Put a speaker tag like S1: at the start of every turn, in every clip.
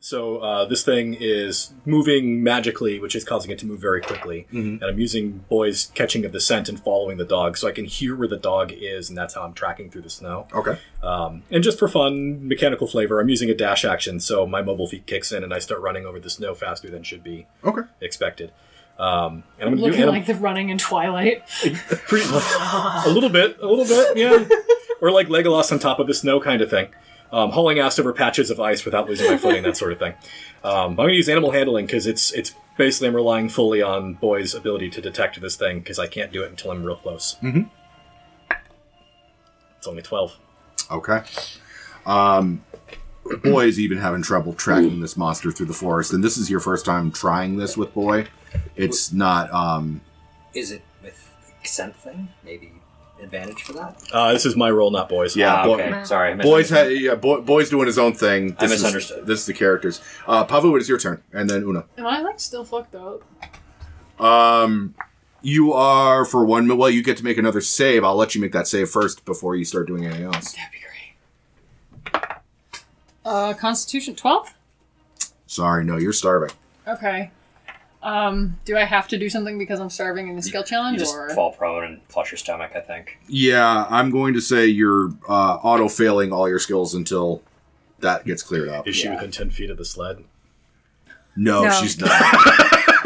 S1: So uh, this thing is moving magically, which is causing it to move very quickly. And I'm using Boy's catching of the scent and following the dog, so I can hear where the dog is, and that's how I'm tracking through the snow.
S2: Okay.
S1: Um, and just for fun, mechanical flavor, I'm using a dash action, so my mobile feet kicks in, and I start running over the snow faster than should be
S2: Okay.
S1: expected. Um, and I'm going to do
S3: Looking
S1: anim-
S3: like the running in Twilight.
S1: pretty a little bit, a little bit, yeah. or like Legolas on top of the snow kind of thing. Um, hauling ass over patches of ice without losing my footing, that sort of thing. Um, I'm going to use animal handling because it's it's basically I'm relying fully on Boy's ability to detect this thing because I can't do it until I'm real close.
S2: Mhm.
S1: It's only twelve.
S2: Okay. Um, Boy is even having trouble tracking this monster through the forest, and this is your first time trying this with Boy. It's not. Um,
S4: Is it with the scent thing? Maybe advantage for that?
S1: Uh, this is my roll, not Boy's.
S2: Yeah,
S4: Ah,
S2: boy-
S4: okay. Sorry. I
S2: Boy's
S4: misunderstood.
S2: ha- yeah, boy, Boy's doing his own thing.
S4: I
S2: This is-
S4: misunderstood.
S2: this is the characters. Uh, Pavu, it is your turn, and then Una.
S3: Am I like still fucked up?
S2: Um, you are for one. mi- Well, you get to make another save. I'll let you make that save first before you start doing anything else.
S3: That'd be great. Uh, Constitution 12?
S2: Sorry, no, you're starving.
S3: Okay. Um, do I have to do something because I'm starving in the skill
S4: You
S3: challenge,
S4: just
S3: or
S4: fall prone and clutch your stomach, I think.
S2: Yeah, I'm going to say you're uh, auto failing all your skills until that gets cleared up.
S1: Is she
S4: Yeah.
S1: within ten feet of the sled?
S2: No,
S5: No.
S2: she's not.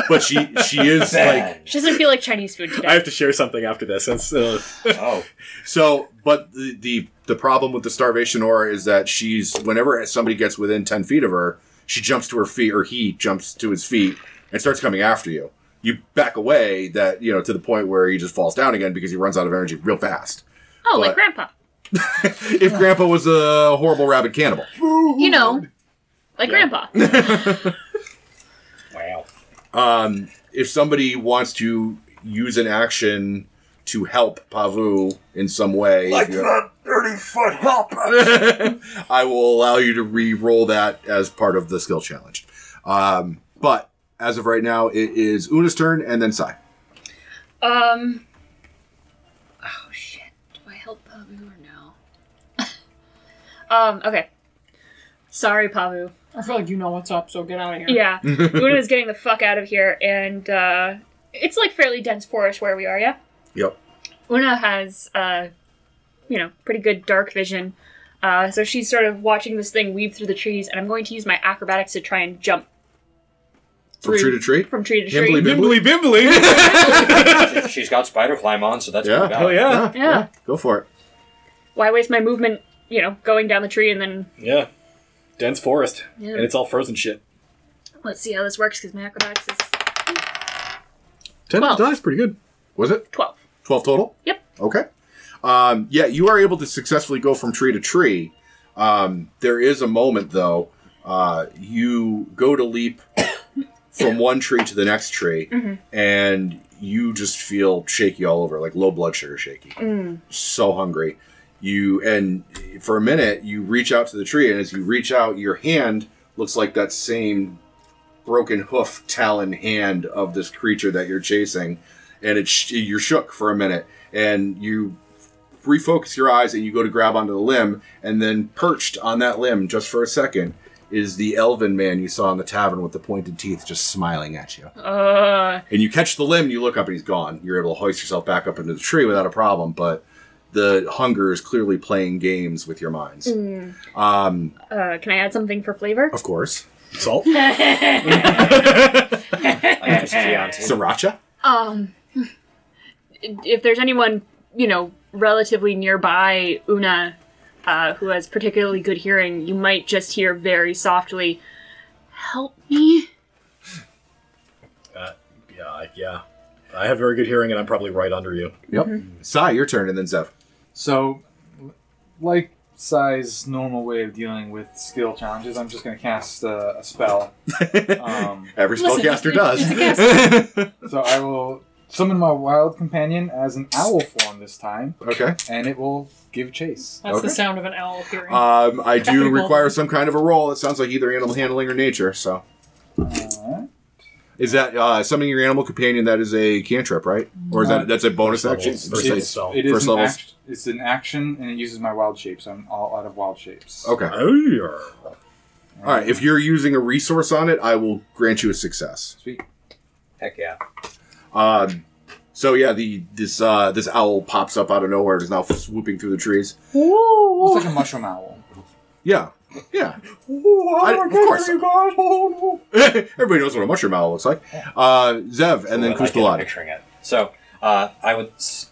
S2: but she she is like
S4: Bang.
S5: She doesn't feel like Chinese food today.
S1: I have to share something after this. That's uh,
S4: oh,
S2: so. But the, the the problem with the starvation aura is that she's whenever somebody gets within ten feet of her, she jumps to her feet or he jumps to his feet and starts coming after you. You back away that you know to the point where he just falls down again because he runs out of energy real fast.
S5: oh, like
S2: but-
S5: Grandpa.
S2: If Grandpa was a horrible rabid cannibal,
S5: You know, like Grandpa.
S4: wow.
S2: um, if somebody wants to use an action to help Pavu in some way, if you-
S4: thirty foot help.
S2: I will allow you to re-roll that as part of the skill challenge. Um, but as of right now, it is Una's turn and then Sai.
S5: Um. Oh shit! Do I help Pavu or no? um. Okay. Sorry, Pavu.
S3: I feel like you know what's up, so get out of here.
S5: Yeah, Una is getting the fuck out of here, and uh, it's like fairly dense forest where we are. Yeah.
S2: Yep.
S5: Una has, uh, you know, pretty good dark vision. Uh, so she's sort of watching this thing weave through the trees, and I'm going to use my acrobatics to try and jump
S2: From tree to tree.
S5: from tree to tree.
S2: Nimbly
S1: bimbly bimbly.
S4: She's got spider climb on, so that's
S2: Yeah.
S4: pretty valid.
S1: Hell Oh, yeah,
S5: Yeah.
S2: Go for it.
S5: Why waste my movement, you know, going down the tree and then
S1: yeah. Dense forest,
S5: Yeah.
S1: and it's all frozen shit.
S5: let's see how this works because my acrobatics is
S2: Ten
S5: Twelve.
S2: dice, pretty good. Was it
S5: 12.
S2: twelve total?
S5: Yep.
S2: Okay. Um, yeah, you are able to successfully go from tree to tree. Um, there is a moment though. Uh, you go to leap from one tree to the next tree, and you just feel shaky all over, like low blood sugar shaky. So hungry. You and for a minute you reach out to the tree, and as you reach out, your hand looks like that same broken hoof, talon hand of this creature that you're chasing, and it's sh- you're shook for a minute, and you refocus your eyes and you go to grab onto the limb, and then perched on that limb just for a second is the elven man you saw in the tavern with the pointed teeth just smiling at you.
S5: Uh,
S2: And you catch the limb, you look up, and he's gone. You're able to hoist yourself back up into the tree without a problem, but the hunger is clearly playing games with your minds. Um,
S5: uh, can I add something for flavor?
S2: of course.
S1: Salt.
S4: I just Chianti.
S2: Sriracha?
S5: Um, if there's anyone, you know, relatively nearby Una, uh, who has particularly good hearing, you might just hear very softly, "Help me."
S1: Uh, yeah, I- yeah. I have very good hearing, and I'm probably right under you.
S2: Yep. Mm-hmm. Sai, your turn, and then Zev.
S6: So, like Sai's normal way of dealing with skill challenges, I'm just going to cast uh, a spell. um,
S2: Every
S3: Listen,
S2: spellcaster
S3: it-
S2: does.
S3: it's a cast.
S6: so I will summon my wild companion as an owl form this time,
S2: okay.
S6: and it will give chase.
S3: That's
S2: Okay.
S3: the sound of an owl appearing.
S2: Um, I do
S3: Technical.
S2: require some kind of a roll. It sounds like either animal handling or nature. So,
S6: Uh,
S2: is that uh, summoning your animal companion? That is a cantrip, right? Or is
S6: No.
S2: that that's a bonus
S1: First
S2: action?
S1: level.
S2: First
S1: It's-
S2: aid.
S1: spell.
S6: It is
S2: First
S6: an
S2: levels.
S6: act- it's an action, and it uses my wild shapes. I'm all out of wild shapes.
S2: Okay.
S1: Oh, yeah.
S2: All right, if you're using a resource on it, I will grant you a success.
S6: Sweet.
S4: Heck yeah.
S2: Um, so yeah, the this uh, this owl pops up out of nowhere and is now swooping through the trees.
S6: It's
S3: Ooh.
S6: like a mushroom owl.
S2: Yeah, yeah.
S6: I,
S2: of course.
S6: you guys.
S2: Everybody knows what a mushroom owl looks like. Uh, Zev and then
S4: But I get
S2: Kustalad.
S4: picturing it. So uh, I would. s-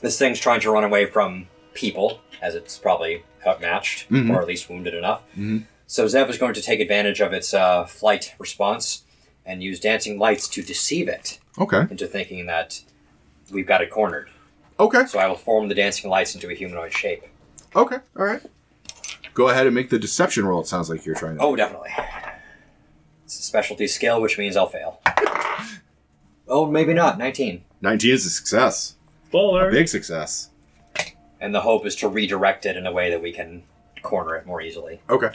S4: This thing's trying to run away from people, as it's probably outmatched
S2: Mhm.
S4: or at least wounded enough.
S2: Mhm.
S4: So Zev is going to take advantage of its uh, flight response and use dancing lights to deceive it
S2: Okay,
S4: into thinking that we've got it cornered.
S2: okay,
S4: So I will form the dancing lights into a humanoid shape.
S2: okay. All right. Go ahead and make the deception roll. It sounds like you're trying to.
S4: Oh, definitely. It's a specialty skill, which means I'll fail. Oh, maybe not. 19.
S2: Nineteen is a success.
S1: Baller.
S2: Big success.
S4: And the hope is to redirect it in a way that we can corner it more easily.
S2: Okay.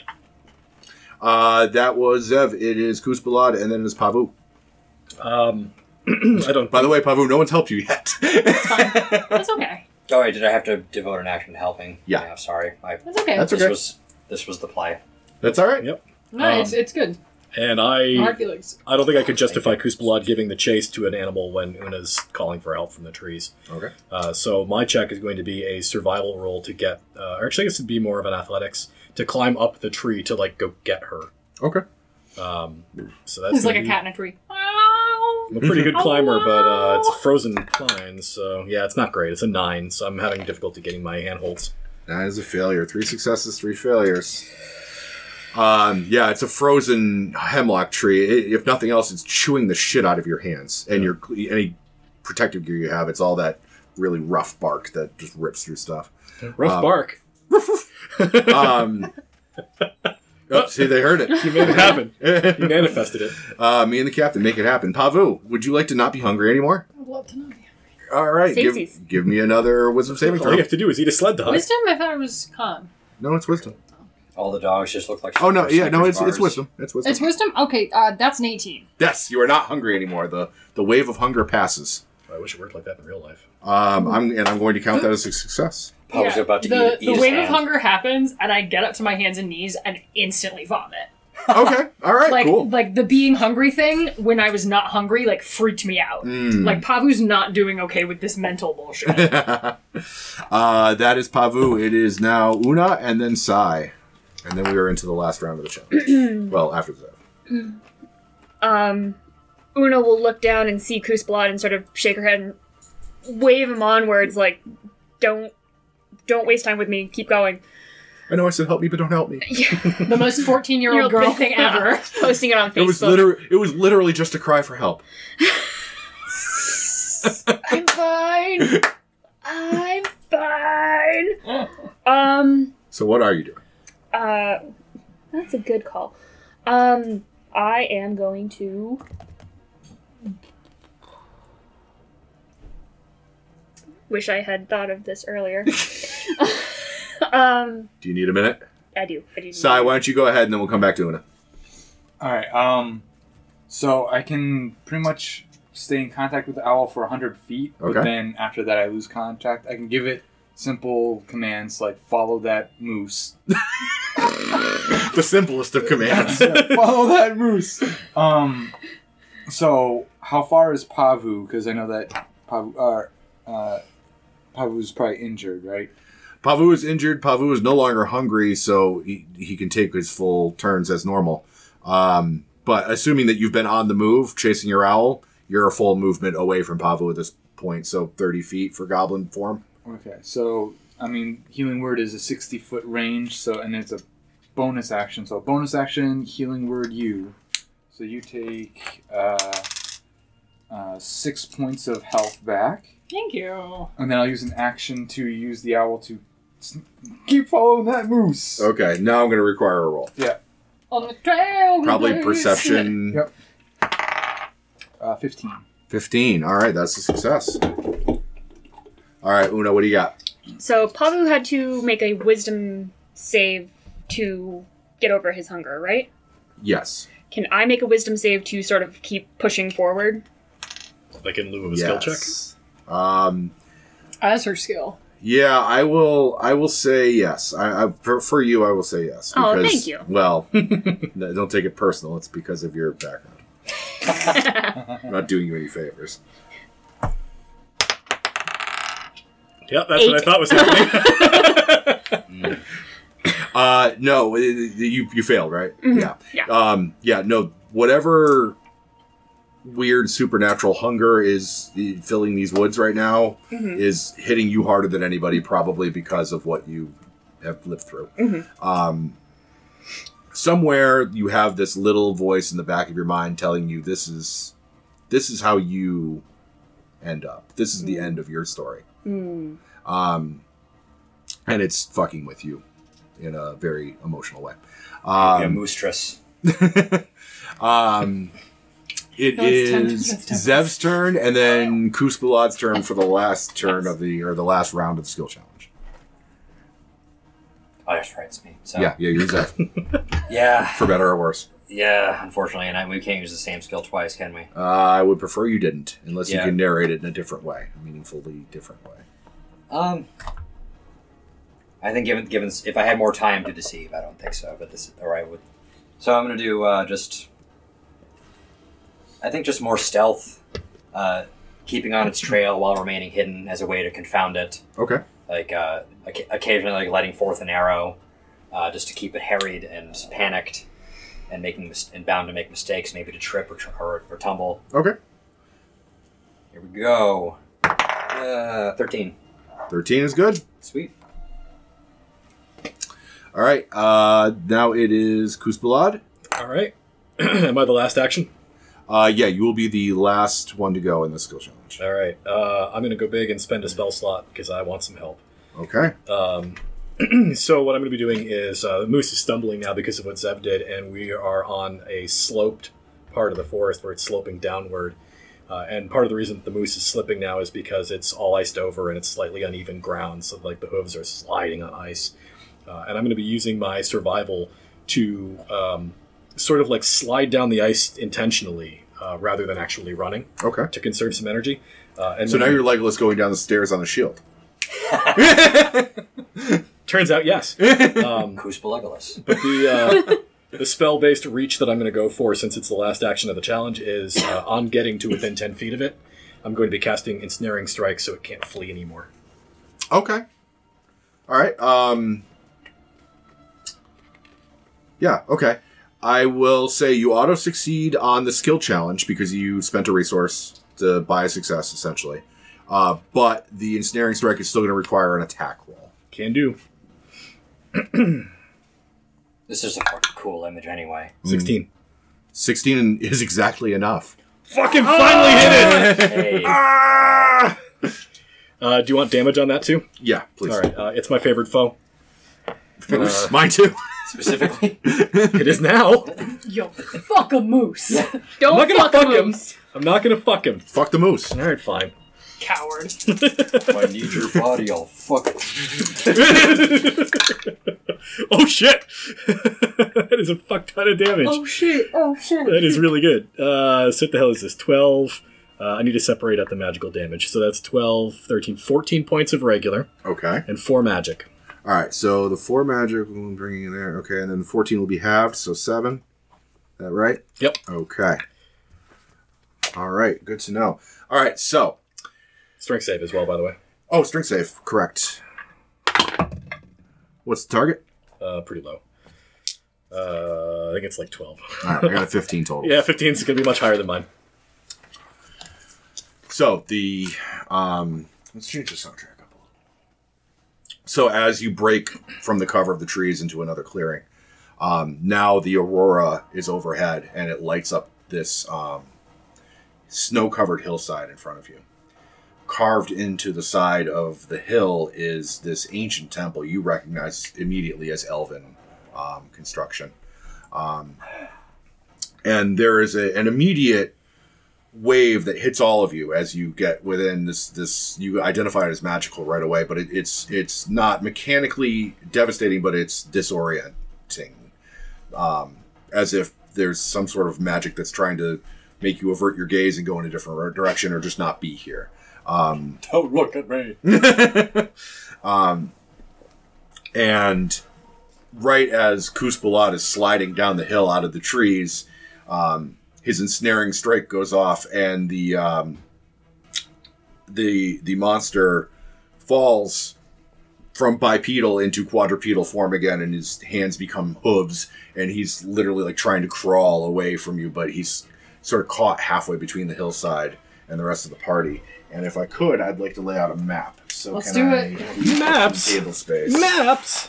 S2: Uh, that was Zev. It is Kusbalad, and then it is Pavu.
S1: Um, I don't.
S2: By the way, Pavu, no one's helped you yet.
S3: That's okay.
S4: Oh, wait, did I have to devote an action to helping?
S2: Yeah.
S4: I'm sorry. I,
S3: That's okay.
S2: That's
S4: this,
S2: okay.
S4: was, this was the play.
S2: That's all right.
S3: no, it's, it's good.
S1: And
S3: Hard
S1: I,
S3: feelings.
S1: I don't think I could justify Kusbalad giving the chase to an animal when Una's calling for help from the trees.
S2: Okay.
S1: Uh, so my check is going to be a survival roll to get, uh, or actually, I guess it'd be more of an athletics to climb up the tree to like go get her.
S2: Okay.
S1: Um, so that's
S3: It's like
S1: gonna
S3: a
S1: be-
S3: cat in a tree.
S1: I'm a pretty good
S3: Oh,
S1: climber, but uh, it's
S3: wow.
S1: frozen pine, so yeah, it's not great. It's a nine, so I'm having difficulty getting my handholds.
S2: That is a failure. Three successes, three failures. Um, yeah, it's a frozen hemlock tree. I if nothing else, it's chewing the shit out of your hands and your any protective gear you have. It's all that really rough bark that just rips through stuff.
S1: Rough
S2: Uh,
S1: bark.
S2: Um, oh, see, they heard
S1: You made it happen. You
S2: it.
S1: manifested it.
S2: uh, me and the captain make it happen. Pavu, would you like to not be hungry anymore?
S3: I'd love to know.
S2: All right,
S5: Safeties.
S2: give, give me another wisdom saving
S1: All
S2: throw.
S1: you have to do is eat a sled dog.
S3: Wisdom, I thought it was con.
S2: No, it's wisdom.
S4: All the dogs just look like.
S2: Oh no, yeah, no, it's it's
S4: Snickers bars.
S2: wisdom. It's wisdom.
S3: It's wisdom? Okay, uh, that's an 18.
S2: Yes, you are not hungry anymore. The the wave of hunger passes.
S1: I wish it worked like that in real life.
S2: Um, I'm and I'm going to count that as a success.
S4: I was Oh, about to
S3: the,
S4: eat, eat
S3: the
S4: his
S3: wave of
S4: hand.
S3: hunger happens, and I get up to my hands and knees and instantly vomit.
S2: Okay, all right,
S3: Like,
S2: cool.
S3: like the being hungry thing when I was not hungry, like freaked me out.
S2: Mm.
S3: Like Pavu's not doing okay with this mental bullshit.
S2: uh, that is Pavu. It is now Una and then Sai, and then we are into the last round of the challenge. well, after that.
S5: Um, Una will look down and see Kusblad and sort of shake her head and wave him onwards, like, "Don't, don't waste time with me. Keep going."
S2: I know I said help me, but don't help me.
S3: the most 14 year old girl thing
S5: Yeah.
S3: ever.
S5: Posting it on Facebook.
S2: It was liter- It was literally just a cry for help.
S5: I'm fine. I'm fine. Um.
S2: So what are you doing?
S5: Uh, that's a good call. Um, I am going to. Wish I had thought of this earlier. um,
S2: Do you need a minute?
S5: I do. I do.
S2: Sai, why don't you go ahead and then we'll come back to Una.
S6: All right. Um, so I can pretty much stay in contact with the owl for 100 feet,
S2: Okay.
S6: but then after that I lose contact. I can give it simple commands like follow that moose.
S2: The simplest of commands.
S6: follow that moose. Um, so how far is Pavu? Because I know that Pavu, uh, uh, Pavu's probably injured, right?
S2: Pavu is injured. Pavu is no longer hungry, so he, he can take his full turns as normal. Um, but assuming that you've been on the move chasing your owl, you're a full movement away from Pavu at this point, so 30 feet for goblin form.
S6: Okay, so I mean, healing word is a sixty foot range, so and it's a bonus action. So bonus action, healing word, you. So you take uh, uh, six points of health back,
S3: Thank you.
S6: and then I'll use an action to use the owl to s- keep following that moose.
S2: Okay, now I'm going to require a roll.
S3: On the trail. we
S2: Probably
S3: blaze.
S2: perception
S6: Yep. Uh, Fifteen.
S2: 15. All right, that's a success. All right, Una, what do you got?
S5: So Pavu had to make a wisdom save to get over his hunger, right?
S2: Yes.
S5: Can I make a wisdom save to sort of keep pushing forward?
S1: Like in lieu of a
S2: yes.
S1: skill check.
S2: Um,
S3: As her skill.
S2: Yeah, I will. I will say yes. I, I for, for you, I will say yes.
S5: Oh, thank you.
S2: Well, no, don't take it personal. It's because of your background. I'm not doing you any favors.
S1: Yep, that's what I
S5: Eight.
S1: thought was happening.
S2: Uh, no, it- it- you you failed, right?
S5: Mm-hmm.
S2: Yeah.
S5: yeah.
S2: Um, yeah. No, whatever weird supernatural hunger is filling these woods right now
S5: Mm-hmm.
S2: is hitting you harder than anybody, probably because of what you have lived through.
S5: Mm-hmm.
S2: Um, somewhere you have this little voice in the back of your mind telling you this is this is how you end up. This is the end of your story.
S5: Mm.
S2: Um, and it's fucking with you in a very emotional way. Um,
S4: moostress.
S2: um, it
S3: No, it's time to-
S2: is
S3: it's Oh, time.
S2: Zev's turn, and then Kuspulad's turn for the last turn of the or the last round of the skill challenge.
S4: Oh, that's right, it's me. So,
S2: Yeah, yeah, you're Zev
S4: yeah,
S2: for better or worse.
S4: yeah. Unfortunately, and I, we can't use the same skill twice, can we?
S2: Uh, I would prefer you didn't, unless
S4: Yeah.
S2: you can narrate it in a different way, a meaningfully different way.
S4: Um, I think given given if I had more time to deceive, I don't think so. But this or I would. So I'm gonna do uh, just. I think just more stealth, uh, keeping on its trail while remaining hidden as a way to confound it.
S2: Okay.
S4: Like uh, oc- occasionally, like letting forth an arrow, uh, just to keep it harried and panicked, and making mis- and bound to make mistakes, maybe to trip or, tr- or, or tumble.
S2: Okay.
S4: Here we go. Uh, Thirteen.
S2: Thirteen is good.
S4: Sweet.
S2: All right. Uh, now it is Kuspilad.
S1: All right. Am I the last action?
S2: Uh, yeah, you will be the last one to go in the skill challenge.
S1: All right. Uh, I'm going to go big and spend a spell slot because I want some help.
S2: Okay.
S1: Um, so what I'm going to be doing is uh, the moose is stumbling now because of what Zev did, and we are on a sloped part of the forest where it's sloping downward. Uh, and part of the reason that the moose is slipping now is because it's all iced over and it's slightly uneven ground, so like the hooves are sliding on ice. Uh, and I'm going to be using my survival to um, sort of like slide down the ice intentionally uh, rather than actually running
S2: Okay.
S1: to conserve some energy. Uh, and
S2: So now
S1: when-
S2: you're Legolas going down the stairs on a shield.
S1: turns out yes. Um,
S4: Cuspelegalus.
S1: But the uh, the spell based reach that I'm going to go for, since it's the last action of the challenge, is uh, on getting to within ten feet of it. I'm going to be casting ensnaring strike, so it can't flee anymore.
S2: Okay. All right. Um. Yeah. Okay. I will say you auto succeed on the skill challenge because you spent a resource to buy a success essentially, uh, but the ensnaring strike is still going to require an attack roll.
S1: Can do.
S4: This is a fucking cool image anyway.
S1: Sixteen.
S2: Sixteen is exactly enough.
S1: Fucking finally hit it.
S4: Hey,
S2: Ah!
S1: Uh, do you want damage on that too?
S2: Yeah. Please.
S1: All right. Uh, it's my favorite foe.
S2: Moose. Mine too.
S4: specifically?
S1: It is now.
S3: Yo, fuck a moose.
S5: Don't
S1: not gonna
S5: fuck,
S1: fuck him.
S5: him.
S1: I'm not going to fuck him.
S2: Fuck the moose.
S1: All right, fine.
S3: Coward.
S4: I need your body, I'll fuck
S1: oh shit! that is a fuck ton of damage.
S3: shit. Oh shit.
S1: That is really good. Uh, so what the hell is this? 12. Uh, I need to separate out the magical damage. So that's 12, 13, 14 points of regular
S2: Okay.
S1: and 4 magic.
S2: All right. So the four magic I'm bringing in there. Okay, and then fourteen will be halved, so seven. Is that right?
S1: Yep.
S2: Okay. All right. Good to know. All right. So,
S1: Strength save as well, by the way.
S2: oh, strength save. Correct. What's the target?
S1: Uh, pretty low. Uh, I think it's like 12.
S2: All right. I got a 15 total.
S1: Yeah, 15 is going to be much higher than mine.
S2: So, the. um Let's change the soundtrack up a little. So, as you break from the cover of the trees into another clearing, um, now the aurora is overhead and it lights up this um, snow covered hillside in front of you. carved into the side of the hill is this ancient temple you recognize immediately as elven um, construction. Um, and there is a, an immediate wave that hits all of you as you get within this this you identify it as magical right away but it, it's it's not mechanically devastating but it's disorienting um, as if there's some sort of magic that's trying to make you avert your gaze and go in a different direction or just not be here. Um,
S4: Don't look at me.
S2: um, and right as Kuzbalat is sliding down the hill out of the trees, um, his ensnaring strike goes off, and the um, the the monster falls from bipedal into quadrupedal form again, and his hands become hooves, and he's literally like trying to crawl away from you, but he's sort of caught halfway between the hillside and the rest of the party. And if I could, I'd like to lay out a map. So
S3: Let's
S2: can
S3: do
S2: I
S3: it.
S2: use
S1: Maps.
S2: some Table space.
S1: Maps.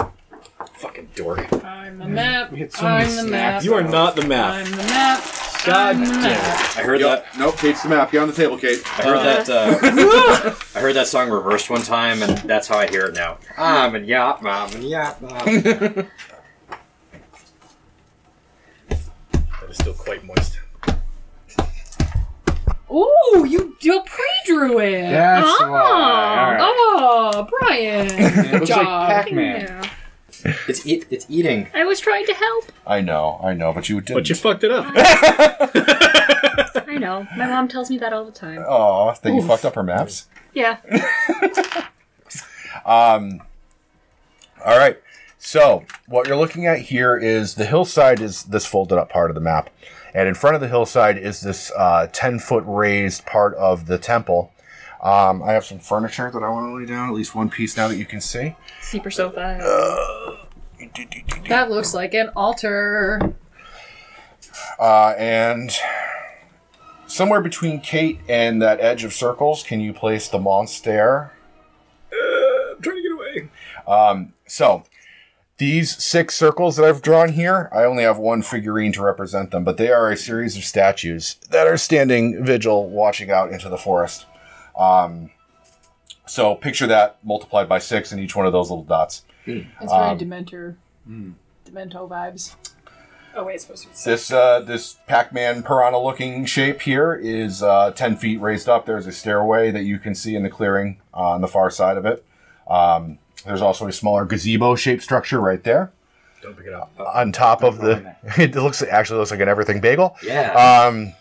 S1: Fucking dork.
S3: I'm the map.
S6: We had so many
S3: I'm the map.
S6: snacks.
S1: You are not the
S3: I'm
S1: map.
S3: the map.
S1: God
S3: I'm the
S1: damn
S3: map.
S4: I heard that.
S2: Yep. Nope, Kate's the map. Get on the table, Kate.
S4: I heard that. Uh, I heard that song reversed one time, and that's how I hear it now. I'm and yop, mom and yop, mom.
S1: That is still quite moist.
S3: Ooh, you you pre-drew it.
S6: That's
S3: oh,
S6: why. All right.
S3: oh, Brian.
S6: It
S3: Good
S6: looks like
S3: job.
S6: Pac-Man.
S5: Yeah.
S4: It's eat. It's eating.
S5: I was trying to help.
S2: I know, I know, but you didn't.
S1: But you fucked it up.
S5: I know. My mom tells me that all the time.
S2: Aw, then you fucked up her maps.
S5: Yeah.
S2: Um, all right. So what you're looking at here is the hillside is this folded up part of the map, and in front of the hillside is this uh, ten foot raised part of the temple. Um, I have some furniture that I want to lay down, at least one piece now that you can see.
S5: Super sofa.
S3: That looks like an altar.
S2: Uh, and somewhere between Kate and that edge of circles, can you place the monster?
S1: Uh, I'm trying to get away.
S2: Um, so these six circles that I've drawn here, I only have one figurine to represent them, but they are a series of statues that are standing vigil, watching out into the forest. Um, so picture that multiplied by six in each one of those little dots.
S3: It's very
S2: Um,
S3: Dementor.
S6: hmm.
S3: Demento vibes. Oh wait, it's supposed to be.
S2: This uh, this Pac-Man piranha-looking shape here is uh, ten feet raised up. There's a stairway that you can see in the clearing uh, on the far side of it. Um, there's also a smaller gazebo-shaped structure right there
S1: Don't pick it up.
S2: on top of the. It looks actually looks like an everything bagel.
S4: Yeah.
S2: Um,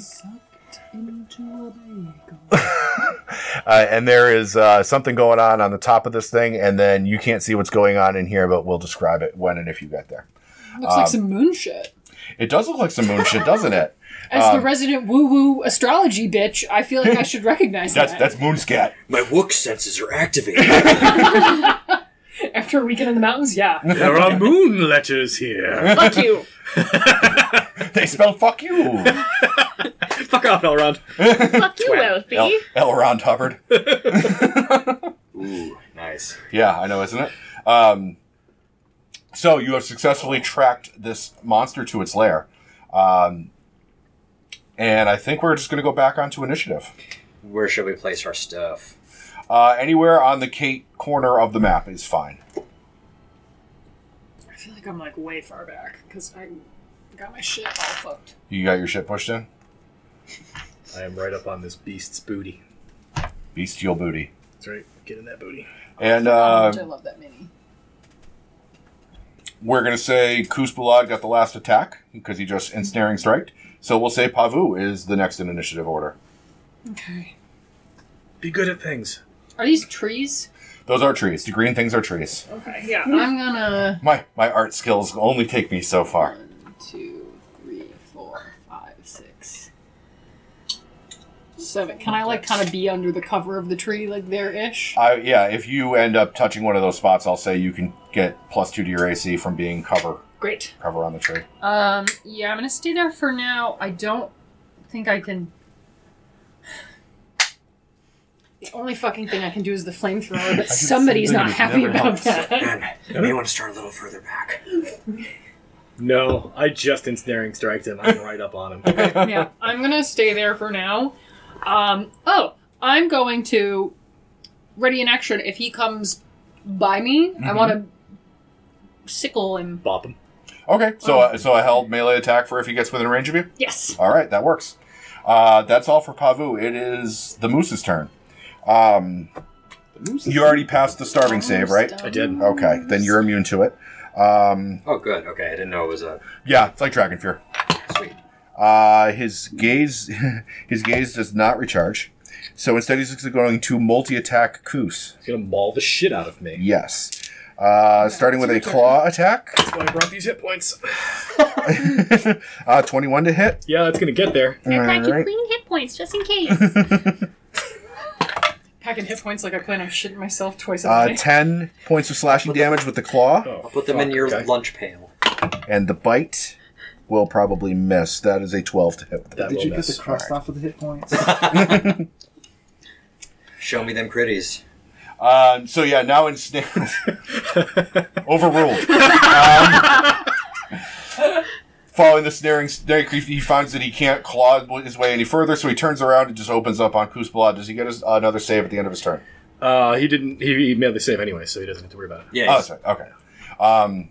S3: Sucked into a bagel.
S2: uh, and there is uh, something going on on the top of this thing, and then you can't see what's going on in here, but we'll describe it when and if you get there.
S3: Looks
S6: Um,
S3: like some moon shit.
S2: It does look like some moon shit, doesn't it?
S3: As
S6: um,
S3: the resident woo-woo astrology bitch, I feel like I should recognize
S2: That's
S3: that.
S2: that's moon scat.
S4: My wook senses are activated.
S3: After a weekend in the mountains, yeah.
S1: There are moon letters here.
S5: Fuck you.
S2: They spell fuck you,
S1: Fuck off, Elrond.
S5: Fuck you, Wealthy.
S2: El, L. Ron Hubbard.
S4: Ooh, nice.
S2: Yeah, I know, isn't it? Um, so you have successfully tracked this monster to its lair, um, and I think we're just going to go back onto initiative.
S4: Where should we place our stuff?
S2: Uh, anywhere on the Kate corner of the map is fine.
S3: I feel like I'm like way far back because I got my shit all fucked.
S2: You got your shit pushed in?
S1: I am right up on this beast's booty.
S2: Bestial booty.
S1: That's right. Get in that booty.
S2: And
S3: How
S6: Um,
S2: uh,
S3: much I love that mini.
S2: we're going to say Kuzbalad got the last attack because he just ensnaring striked. So we'll say Pavu is the next in initiative order.
S3: Okay.
S1: Be good at things.
S3: Are these trees?
S2: Those are trees. The green things are trees.
S3: Okay, yeah. I'm gonna.
S2: My my art skills only take me so far.
S3: One, two, three, four, five, six, seven. Can I like kind of be under the cover of the tree, like there ish?
S2: I, yeah, if you end up touching one of those spots, I'll say you can get plus two to your AC from being cover
S3: Great.
S2: cover on the tree.
S3: Um, yeah, I'm gonna stay there for now. I don't think I can. The only fucking thing I can do is the flamethrower, but somebody's not happy
S2: never
S3: about
S2: helps.
S3: that.
S4: Man, you may want to start a little further back.
S1: No, I just ensnaring striked him. I'm right up on him.
S3: yeah, I'm gonna stay there for now. Um, oh, I'm going to ready in action. If he comes by me, I want to sickle him.
S1: Bop him.
S2: Okay, so uh, so a held melee attack for if he gets within range of you.
S3: Yes.
S2: All right, that works. Uh, that's all for Pavu. It is the moose's turn. Um, you already passed the starving save, right?
S1: I did.
S2: Okay, then you're immune to it. Um,
S4: Oh, good. Okay, I didn't know it was a
S2: yeah, it's like Dragon Fear.
S4: sweet.
S2: Uh, his gaze, his gaze does not recharge. So instead, he's going to multi-attack Koos.
S1: He's gonna maul the shit out of me.
S2: Yes. Uh, starting with a
S3: it's your
S2: claw attack.
S1: That's why I brought these hit points.
S2: uh, 21 to hit.
S1: Yeah, that's gonna get there.
S5: I pack you
S2: Alright.
S5: clean hit points just in case.
S3: Packing hit points like I plan on shitting myself twice a
S2: Uh,
S3: day.
S2: 10 points of slashing damage with the claw.
S1: Oh,
S4: I'll put them in
S1: fuck,
S4: your
S1: okay.
S4: lunch pail.
S2: And the bite will probably miss. That is a 12 to hit.
S1: That
S6: Did
S1: will
S6: you get the
S1: miss.
S6: crust off of the hit points?
S4: Show me them critties.
S2: Um, so yeah, now ensnared. Overruled. Um, following the snaring snare, he, he finds that he can't claw his way any further, so he turns around and just opens up on Kuzbala. Does he get his, another save at the end of his turn?
S1: Uh, he didn't. He, he made the save anyway, so he doesn't have to worry about it.
S4: Yeah.
S2: Oh, sorry. Okay. Um,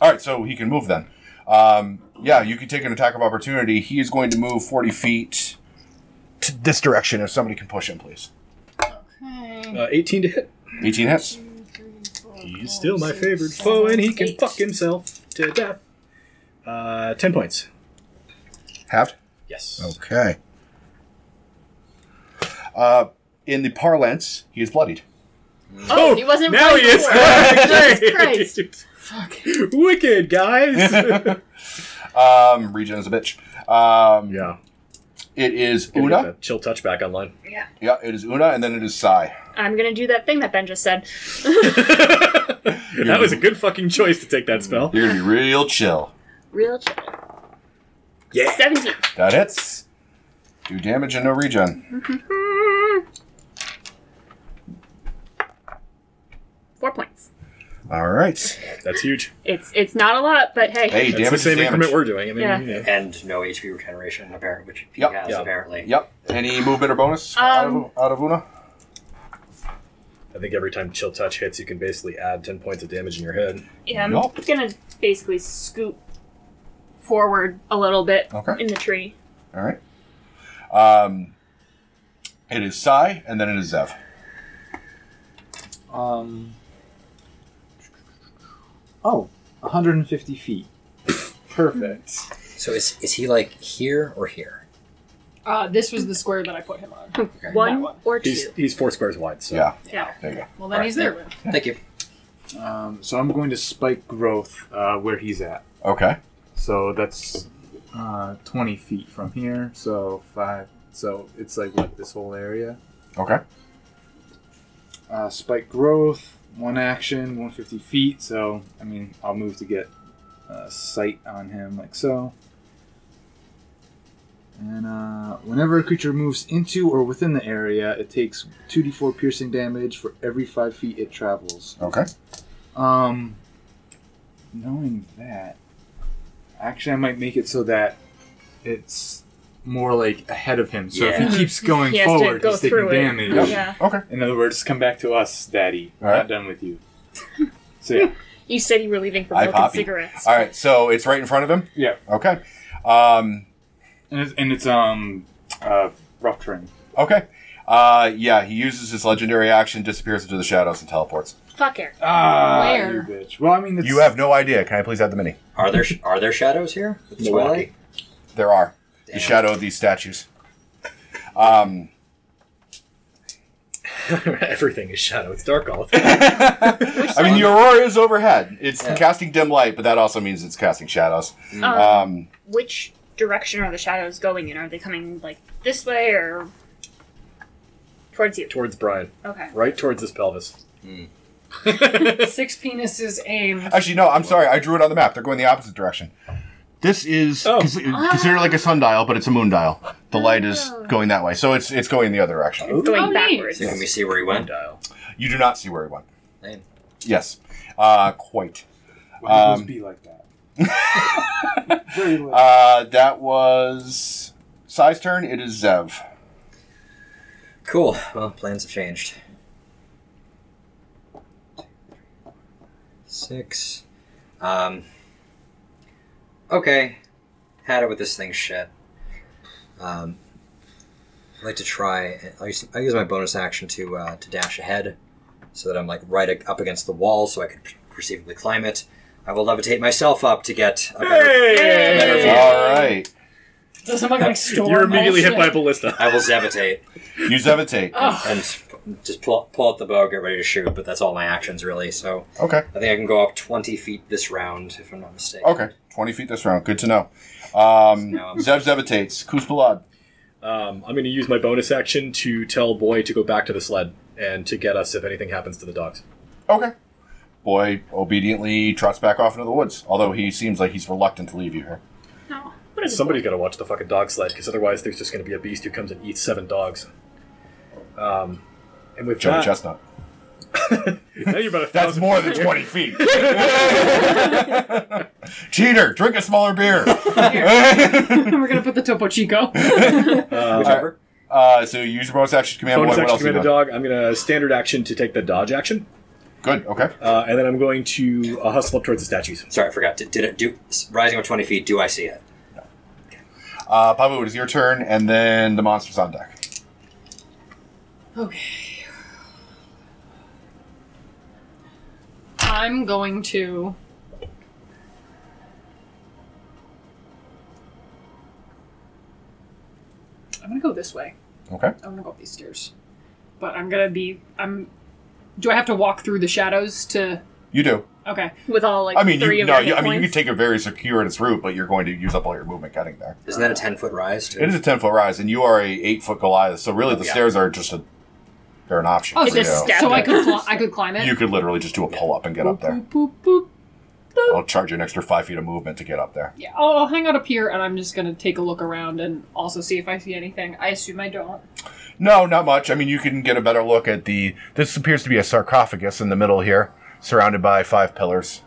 S2: all right, so he can move then. Um, yeah, you can take an attack of opportunity. He is going to move 40 feet to this direction if somebody can push him, please.
S3: Okay.
S1: Uh, 18 to hit.
S2: 18 hits.
S1: He's still my favorite foe, and he can fuck himself to death. Uh, 10 points.
S2: Halved?
S1: Yes.
S2: Okay. Uh, in the parlance, he is bloodied.
S5: Oh, he wasn't
S1: Now
S5: right
S1: he is.
S5: before. Jesus Christ.
S1: Wicked guys.
S2: Um, Regen is a bitch. Um,
S1: yeah.
S2: It is
S1: Gonna get
S2: Una.
S1: that Chill touch back online.
S2: Yeah, it is Una, and then it is Sai.
S5: I'm gonna do that thing that Ben just said.
S1: that was a good fucking choice to take that spell.
S2: You're gonna be real chill.
S5: Real chill.
S1: Yeah.
S5: Seventeen.
S2: That hits. Do damage and no regen.
S5: Hmm. Four points.
S2: All right.
S1: That's huge.
S5: It's it's not a lot, but hey,
S2: Hey,
S1: That's
S2: damage
S1: the
S2: is
S1: same
S2: damage.
S1: increment we're doing. I mean,
S5: Yeah.
S1: you know.
S4: And no HP regeneration, apparently, which he
S2: Yep.
S4: has
S1: Yeah.
S4: apparently.
S2: Yep. Any movement or bonus out, of, out of Una?
S1: I think every time chill touch hits, you can basically add 10 points of damage in your head.
S5: yeah, I'm
S2: Yup.
S5: gonna basically scoop forward a little bit
S2: Okay.
S5: in the tree.
S2: All right. Um, it is Sai, and then it is Zev.
S6: Um. Oh, 150 feet. Perfect.
S4: So is, is he like here or here?
S3: Uh, this was the square that I put him on.
S5: One
S3: one.
S5: or two.
S1: He's, he's four squares wide, so.
S2: Yeah.
S5: yeah.
S2: There you go.
S3: Well, then he's there. With.
S4: Thank you.
S6: Um, so I'm going to spike growth uh, where he's at.
S2: Okay.
S6: So that's uh, 20 feet from here. So five. So it's like what this whole area.
S2: Okay.
S6: Uh, spike growth, one action, 150 feet. So I mean, I'll move to get uh, sight on him like so. And uh, whenever a creature moves into or within the area, it takes 2d4 piercing damage for every five feet it travels.
S2: Okay.
S6: Um, knowing that, actually, I might make it so that it's more like ahead of him. So if
S4: Yeah.
S6: he keeps going
S5: He has to
S6: forward,
S5: go
S6: he's taking
S5: through it.
S6: damage.
S5: Yeah.
S2: Okay.
S6: In other words, come back to us, Daddy. We're
S2: All right.
S6: not done with you. So yeah,
S5: You said you were leaving for
S2: I
S5: milk and
S2: poppy.
S5: cigarettes.
S2: All right. So it's right in front of him.
S6: yeah,
S2: Okay. Um,
S6: and it's, and it's um, uh, rough terrain.
S2: okay. Uh, yeah, he uses his legendary action, disappears into the shadows, and teleports.
S5: Fuck her.
S6: Ah,
S3: Where?
S6: you bitch. Well, I mean, it's,
S2: You have no idea. Can I please have the mini?
S4: Are there sh- are there shadows here? With the twilight?
S2: There are. The
S4: Damn.
S2: shadow of these statues. Um,
S1: Everything is shadow. It's dark all the time.
S2: I mean, the aurora is overhead. It's casting dim light, but that also means it's casting shadows.
S5: Um,
S2: Um,
S5: which direction are the shadows going in? Are they coming like this way or towards you?
S1: towards Brian.
S5: Okay.
S1: Right towards his pelvis.
S3: Six penises aim.
S2: actually, no, I'm sorry. I drew it on the map. They're going the opposite direction. This is
S1: Oh.
S2: cons- considered like a sundial, but it's a moon dial. The light is going that way, so it's it's going the other direction.
S5: It's going
S3: Oh, neat.
S5: backwards.
S4: So can we see where he went?
S1: Dial.
S2: You do not see where he went.
S4: Lame.
S2: Yes, uh, quite.
S6: Why do those
S2: um,
S6: be like that? Very little.
S2: Uh, that was Sai's turn. It is Zev.
S4: Cool. Well, plans have changed. Six. Um. Okay. Had it with this thing shit. Um. I'd like to try. I'll use, I'll use my bonus action to uh, to dash ahead, so that I'm like right up against the wall, so I can perceivably climb it. I will levitate myself up to get a better.
S1: Hey!
S5: Hey!
S2: All right.
S3: Doesn't look like storm. Oh,
S1: You're immediately hit by a
S3: bullets.
S1: ballista.
S4: I will zevitate
S2: You levitate.
S3: Oh,
S4: and just pull, pull out the bow, get ready to shoot. But that's all my actions really. So
S2: Okay.
S4: I think I can go up twenty feet this round, if I'm not mistaken.
S2: Okay. 20 feet this round. Good to know. Um,
S4: No, I'm-
S2: Zev levitates. Kuz Balad.
S1: Um, I'm going to use my bonus action to tell Boy to go back to the sled and to get us if anything happens to the dogs.
S2: Okay. Boy obediently trots back off into the woods, although he seems like he's reluctant to leave you here.
S5: No. What is
S1: Somebody's got to watch the fucking dog sled because otherwise there's just going to be a beast who comes and eats seven dogs. Um, and with
S2: Joey
S1: that,
S2: Chestnut.
S1: now you're about a
S2: That's
S1: thousand-
S2: more than 20 feet. Cheater, drink a smaller beer.
S3: We're gonna put the Topo Chico.
S1: Uh,
S4: Whichever.
S2: uh, so use your bonus action to command
S1: bonus
S2: Boy. What
S1: action
S2: else
S1: to
S2: are you
S1: command the
S2: doing?
S1: dog. I'm going to standard action to take the dodge action,
S2: Good, okay.
S1: uh, and then I'm going to uh, hustle up towards the statues.
S4: Sorry, I forgot. Did, did it do rising with twenty feet? Do I see it?
S2: Uh, Pavu, it is your turn, and then the monster's on deck.
S3: Okay. I'm going to. I'm gonna go this way.
S2: Okay.
S3: I'm gonna go up these stairs. But I'm gonna be. I'm. Do I have to walk through the shadows to.
S2: You do.
S3: Okay.
S5: With all like
S2: I mean,
S5: three
S2: you,
S5: of
S2: no,
S5: your
S2: you,
S5: hit
S2: I mean, you
S5: points?
S2: could take a very circuitous route, but you're going to use up all your movement getting there.
S4: Isn't
S1: Uh,
S4: that a ten foot rise? too?
S2: It is a ten foot rise, and you are a eight foot Goliath. So really, the
S4: Yeah.
S2: stairs are just a they're an option.
S3: Oh,
S2: for
S3: so,
S5: a
S2: you.
S5: step.
S3: so I could cli- I could climb it.
S2: You could literally just do a pull up and get up there.
S3: Boop, boop, boop.
S2: I'll charge you an extra five feet of movement to get up there.
S3: Yeah, I'll, I'll hang out up here, and I'm just gonna take a look around and also see if I see anything. I assume I don't.
S2: No, not much. I mean, you can get a better look at the. This appears to be a sarcophagus in the middle here, surrounded by five pillars,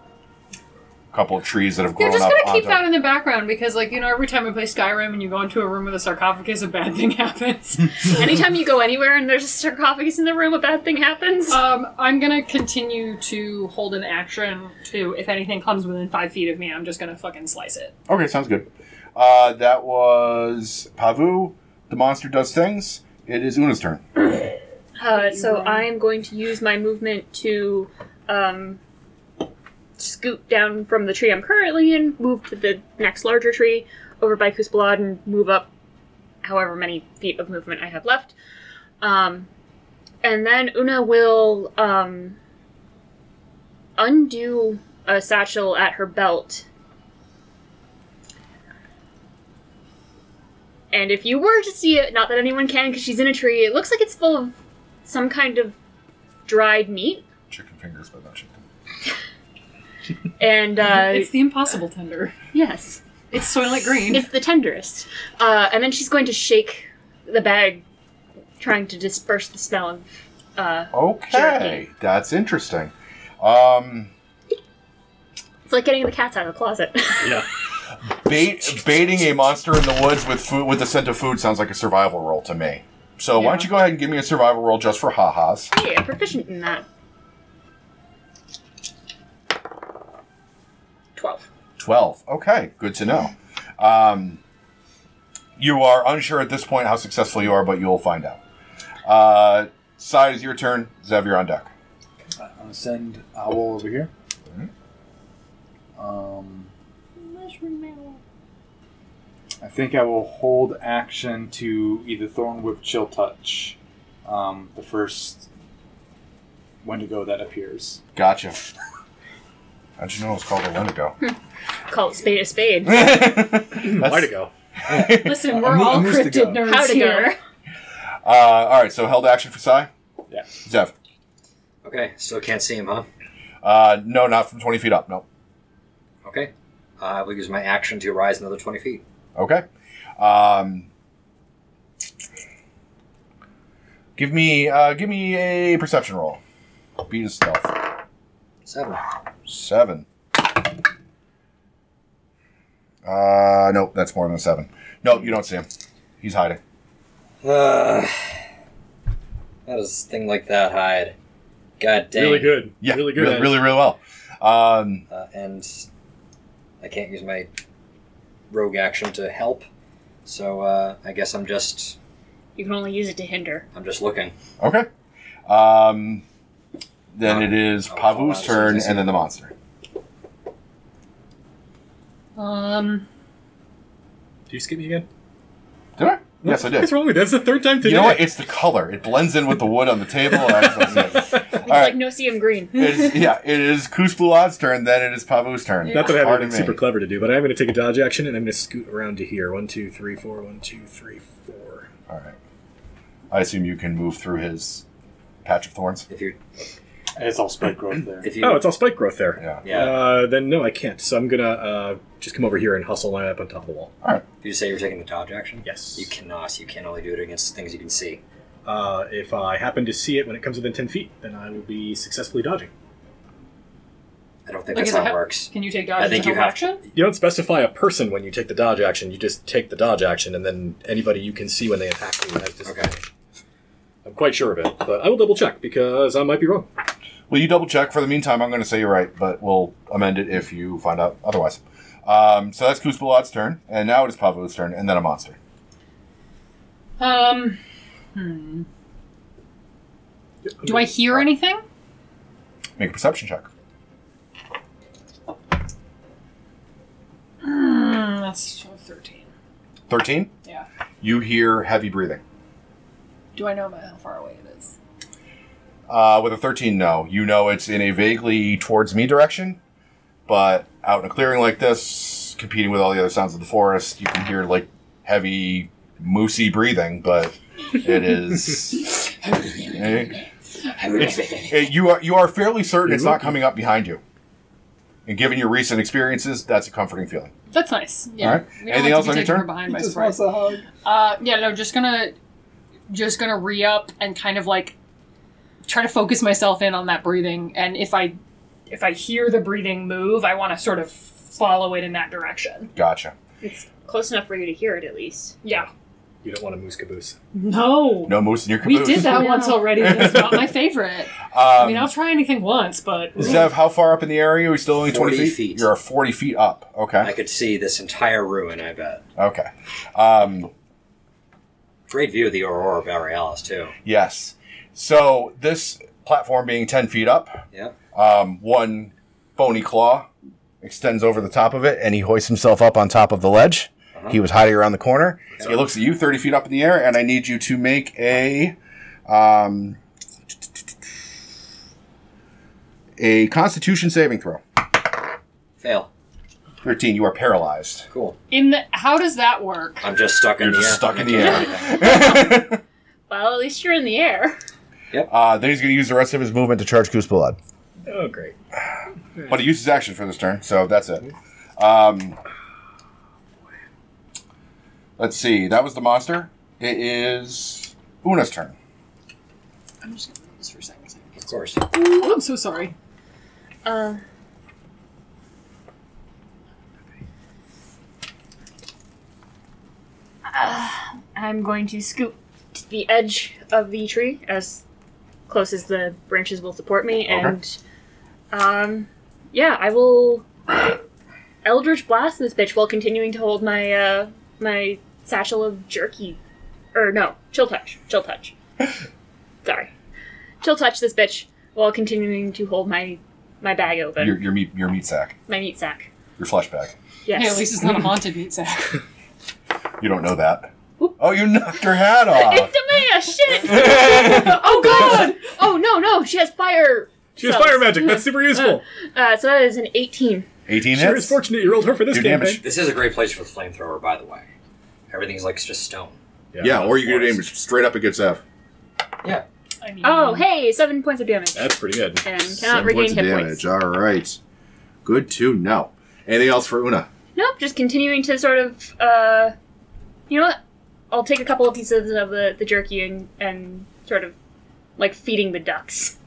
S2: a couple of trees that have
S3: You're
S2: grown
S3: just
S2: up.
S3: gonna keep
S2: onto-
S3: that in the background because, like, you know, every time I play Skyrim and you go into a room with a sarcophagus, a bad thing happens.
S5: Anytime you go anywhere and there's a sarcophagus in the room, a bad thing happens.
S3: um, I'm gonna continue to hold an action to if anything comes within five feet of me, I'm just gonna fucking slice it.
S2: Okay, sounds good. Uh, that was Pavu. The monster does things. It is Una's turn.
S5: Uh, so I am going to use my movement to um, scoot down from the tree I'm currently in, move to the next larger tree over by Kusblad, and move up however many feet of movement I have left. Um, and then Una will um, undo a satchel at her belt. And if you were to see it, not that anyone can because she's in a tree, it looks like it's full of some kind of dried meat.
S2: Chicken fingers, but not chicken.
S5: And uh,
S3: it's the impossible tender.
S5: yes,
S3: It's Soylent Green.
S5: it's the tenderest. Uh, and then she's going to shake the bag, trying to disperse the smell of. Uh,
S2: Okay, that's interesting. Um,
S5: it's like getting the cats out of the closet.
S1: Yeah.
S2: bait, baiting a monster in the woods with food with the scent of food sounds like a survival roll to me. So why don't you go ahead and give me a survival roll just for ha-has?
S5: hey, I'm proficient in that. Twelve.
S2: 12. Okay, good to know. Um, you are unsure at this point how successful you are, but you'll find out. Uh, Sai, it's your turn. Zev, you're on deck.
S6: I'm gonna send Owl over here. Um, I think I will hold action to either Thorn Whip Chill Touch, um, the first Wendigo that appears.
S2: Gotcha. How'd you know it was called a Wendigo?
S5: Call it spade a spade.
S1: Why to
S2: That's-
S1: go?
S3: Listen,
S6: I'm
S3: we're
S6: mo-
S3: all
S6: I'm used to
S3: cryptid
S6: go.
S3: nerds
S5: How to go?
S3: here.
S2: uh, all right, so held action for Sai?
S6: Yeah.
S2: Zev?
S4: Okay, still can't see him, huh?
S2: Uh, no, not from 20 feet up. No.
S4: Okay. Uh, I will use my action to rise another 20 feet.
S2: Okay. Um, give me uh, give me a perception roll. Beat a stealth.
S4: Seven.
S2: Seven. Uh, nope, that's more than a seven. No, you don't see him. He's hiding.
S4: Uh, how does a thing like that hide? God damn.
S1: Really good.
S2: Yeah,
S1: Really good.
S2: Really,
S1: at it.
S2: really, really well. Um,
S4: Uh, and I can't use my rogue action to help, so uh, I guess I'm just
S5: You can only use it to hinder.
S4: I'm just looking.
S2: okay. Um, then it is
S4: I'll follow
S2: Pavu's
S4: that
S2: turn,
S4: as soon as I see
S2: and then the monster.
S3: Um,
S1: Do you skip me again?
S2: Did I? Yes, I did.
S1: What's wrong with that? It's the third time today.
S2: You know what? It's the color. It blends in with the wood on the table. And I just don't see it.
S5: It's
S2: All
S5: like
S2: right.
S5: no see him green.
S2: It is, yeah, it is Kuzbulad's turn. Then it is Pavu's turn.
S1: Not that I have
S2: Pardon
S1: anything
S2: me.
S1: super clever to do, but I'm going to take a dodge action and I'm going to scoot around to here. One, two, three, four. One, two, three, four.
S2: All right. I assume you can move through his patch of thorns.
S4: If you
S6: It's all spike growth there.
S4: if you
S1: Oh, it's all spike growth there.
S2: Yeah.
S4: yeah,
S1: Uh, then no, I can't. So I'm gonna uh, just come over here and hustle line up on top of the wall.
S4: if you say you're taking the dodge action,
S1: Yes.
S4: you cannot. You can only do it against things you can see.
S1: Uh, if I happen to see it when it comes within ten feet, then I will be successfully dodging.
S4: I don't think
S3: Like, is
S4: that's how
S3: it
S4: it
S3: ha-
S4: works.
S3: Can you take dodge
S4: I think
S3: as a
S4: you
S3: help
S4: have
S3: action?
S1: You don't specify a person when you take the dodge action. You just take the dodge action, and then anybody you can see when they attack you has disadvantage. I'm quite sure of it, but I will double check because I might be wrong.
S2: Will you double check? For the meantime, I'm going to say you're right, but we'll amend it if you find out otherwise. Um, so that's Kuzbulad's turn, and now it is Pavu's turn, and then a monster.
S3: Um, hmm. Do I hear anything?
S2: Make a perception check.
S3: Hmm, that's 13.
S2: 13.
S3: Yeah.
S2: You hear heavy breathing.
S3: Do I know about how far away it is?
S2: Uh, with a 13, no. You know it's in a vaguely towards me direction, but out in a clearing like this, competing with all the other sounds of the forest, you can hear like heavy, moosey breathing, but it is. Eh, eh, you are you are fairly certain it's not coming up behind you. And given your recent experiences, that's a comforting feeling.
S3: That's nice. Yeah.
S2: All right.
S3: We don't
S2: Anything
S3: have
S2: else
S3: to
S2: on
S3: be
S2: your
S3: taken
S2: turn?
S3: from behind by surprise. Uh, yeah, no, just gonna, just gonna re up and kind of like try to focus myself in on that breathing. And if I, if I hear the breathing move, I want to sort of follow it in that direction.
S2: Gotcha.
S5: It's close enough for you to hear it at least.
S3: Yeah.
S1: You don't want a moose caboose.
S3: No.
S2: No moose in your
S3: We
S2: caboose.
S3: did that
S5: No.
S3: once already. and It's not my favorite.
S2: Um,
S3: I mean, I'll try anything once, but
S2: Zev, how far up in the area? Are we still only 20
S4: 40
S2: feet?
S4: feet.
S2: You're 40 feet up.
S4: I
S2: Okay.
S4: could see this entire ruin. I bet.
S2: Okay. Um,
S4: Great view of the Aurora Borealis too.
S2: Yes. So this platform being ten feet up,
S4: Yeah.
S2: um, one bony claw extends over the top of it, and he hoists himself up on top of the ledge. He was hiding around the corner. He looks at you thirty feet up in the air, and I need you to make a um, a Constitution saving throw.
S4: Fail.
S2: Thirteen. You are paralyzed.
S4: Cool.
S3: in the how does that work?
S4: I'm just stuck in
S2: You're
S4: the
S2: just
S4: air.
S2: stuck
S4: I
S2: in the
S4: can't do
S2: air.
S4: anything.
S5: Well, at least you're in the air.
S2: Uh, then he's going to use the rest of his movement to charge Goose Blood.
S1: Oh, great.
S2: But he used his action for this turn, so that's it. Um, let's see. That was the monster. It is Una's turn.
S3: I'm just gonna move this for a second. so I can
S4: Of course.
S3: get- Ooh, I'm so sorry.
S5: Um. Ah, I'm going to scoop to the edge of the tree as close as the branches will support me, and um, yeah, I will Eldritch Blast this bitch while continuing to hold my uh, my satchel of jerky, or no, chill touch, chill touch. Sorry, chill touch this bitch while continuing to hold my my bag open,
S2: Your, your meat, your meat sack,
S5: my meat sack.
S2: your flesh bag.
S5: Yes. Mm.
S3: Hey, at least it's not a haunted meat sack.
S2: You don't know that. Oh, you knocked her hat off.
S5: It's a man! Shit!
S3: oh god!
S5: oh no, no, she has fire.
S1: She has
S5: cells.
S1: fire magic. That's super useful.
S5: Uh, so that is an 18.
S2: Eighteen
S1: Sure is
S2: hits.
S1: fortunate you rolled her for this
S2: Do
S1: campaign.
S2: damage.
S4: This is a great place for the flamethrower, by the way. Everything's like just stone.
S2: Yeah, or you can
S1: Forest.
S2: aim straight up against F.
S4: Yeah.
S3: I mean,
S5: Oh, hey, seven points of damage.
S1: Mm. That's pretty good.
S5: and cannot regain hit points.
S2: All right. Good to know. Anything else for Una?
S5: Nope, just continuing to sort of, uh, you know what? I'll take a couple of pieces of the, the jerky and, and sort of like feeding the ducks.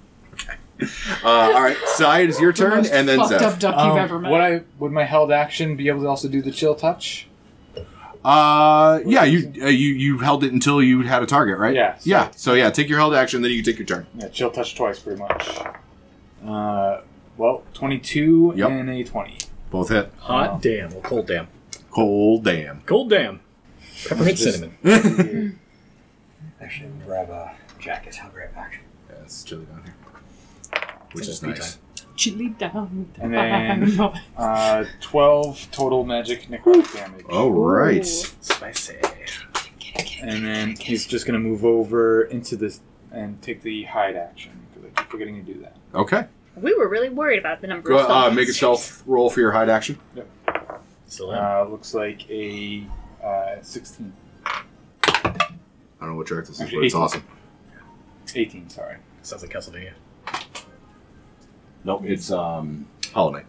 S2: Uh, all right, Sai, it is your
S3: the
S2: turn,
S3: most
S2: and then
S3: fucked
S2: Zev.
S3: up duck
S6: Um,
S3: you've ever met.
S6: Would I would my held action be able to also do the chill touch?
S2: Uh, yeah, you uh, you you held it until you had a target, right?
S6: Yeah, so-
S2: yeah. So yeah, take your held action, then you can take your turn.
S6: Yeah, chill touch twice, pretty much. Uh, well, twenty-two
S2: Yep.
S6: and a twenty.
S2: Both hit.
S1: Hot damn. Well, cold damn.
S2: Cold damn.
S1: Cold damn. Peppermint
S6: Just-
S1: cinnamon.
S4: Actually, I'm gonna grab a jacket. I'll be right back.
S2: Yeah, it's chilly down here, which
S1: It's
S2: is
S1: almost
S2: nice.
S3: Chili down.
S6: And then-
S2: Oh.
S6: uh, twelve total magic necrotic damage.
S2: All right.
S1: Spicy.
S6: and then he's just gonna move over into this and take the hide action because I keep forgetting to do that.
S2: Okay.
S5: We were really worried about the number
S2: Go,
S5: of
S2: uh,
S5: spells.
S2: make a stealth roll for your hide action.
S1: Still in.
S6: Uh, looks like a uh, 16,
S2: I don't know what track this is,
S6: Actually,
S2: but it's
S6: 18.
S2: awesome.
S6: 18, Sorry.
S1: Sounds like Castlevania.
S2: Nope, it's um, Hollow Knight,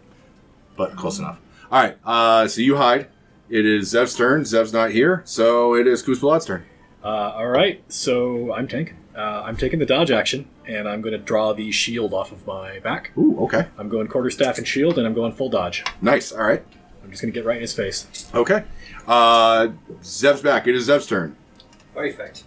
S2: but close enough. All right, uh, so you hide. It is Zev's turn. Zev's not here, so it is Kuzbalad's turn.
S1: Uh, all right, so I'm tanking. Uh, I'm taking the dodge action, and I'm going to draw the shield off of my back.
S2: Ooh, okay,
S1: I'm going quarterstaff and shield, and I'm going full dodge.
S2: nice. All right,
S1: I'm just going to get right in his face.
S2: okay. Uh, Zev's back. It is Zev's turn.
S4: Perfect.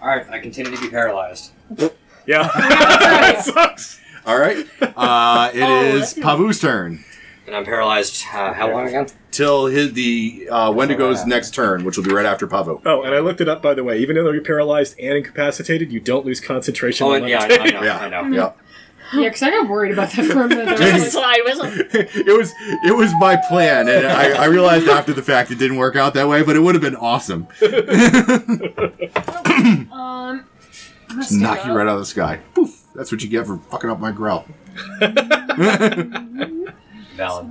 S4: All right, I continue to be paralyzed.
S1: Yeah,
S3: right.
S1: sucks.
S2: All right, uh, it
S5: Oh,
S2: is
S5: that's good.
S2: Pavu's turn
S4: And I'm paralyzed uh, how long again?
S2: till his the uh, Wendigo's next turn, which will be right after Pavu.
S1: Oh, and I looked it up by the way. Even though you're paralyzed and incapacitated, you don't lose concentration.
S4: Oh,
S1: on
S4: and yeah, I
S1: levitate.
S4: I know,
S2: Yeah,
S4: I know.
S2: yeah.
S3: Yeah, because I got worried about that for a minute. I was like,
S5: Slide whistle.
S2: it was it was my plan, and I, I realized after the fact it didn't work out that way, but it would have been awesome.
S3: um, I'm gonna
S2: Just
S3: stand
S2: knock you
S3: up.
S2: right out of the sky. Poof! That's what you get for fucking up my growl.
S4: Valid.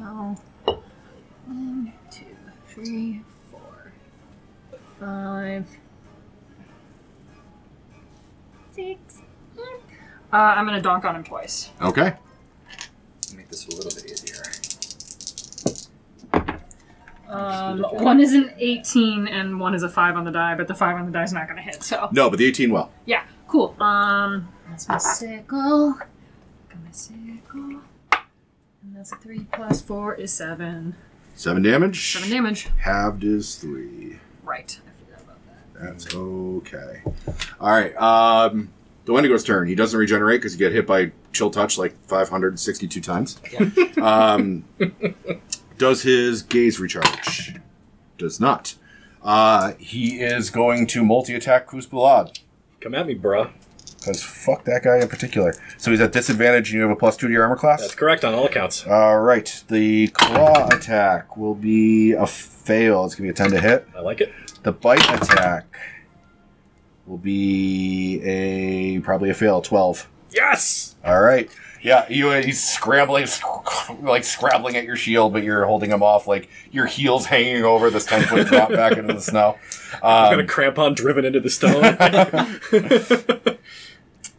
S3: One, two, three, four, five, six. Uh, I'm gonna donk on him twice.
S2: Okay.
S4: Make this a little bit easier.
S3: Um, one is an 18 and one is a five on the die, but the five on the die is not gonna hit. So
S2: No, but the 18 well.
S3: yeah, cool. Um, that's my sickle. Got my sickle. And that's a three plus four is seven.
S2: Seven damage.
S3: Seven damage.
S2: Halved is three.
S3: Right. I forgot about that.
S2: That's okay. All right. Um, the Wendigo's turn. He doesn't regenerate because he got hit by chill touch like 562 times. um, does his gaze recharge? Does not. Uh, he is going to multi-attack Kuzbalad.
S1: Come at me, bruh.
S2: Because fuck that guy in particular. So he's at disadvantage and you have a plus two to your armor class?
S1: That's correct on all accounts.
S2: All right. The claw attack will be a fail. It's going to be a 10 to hit.
S1: I like it.
S2: The bite attack will be a probably a fail, 12.
S1: Yes.
S2: All right. Yeah, you uh, he's scrambling like scrabbling at your shield, but you're holding him off like your heels hanging over this 10 foot drop back into the snow.
S1: I'm
S2: Um,
S1: gonna crampon driven into the stone.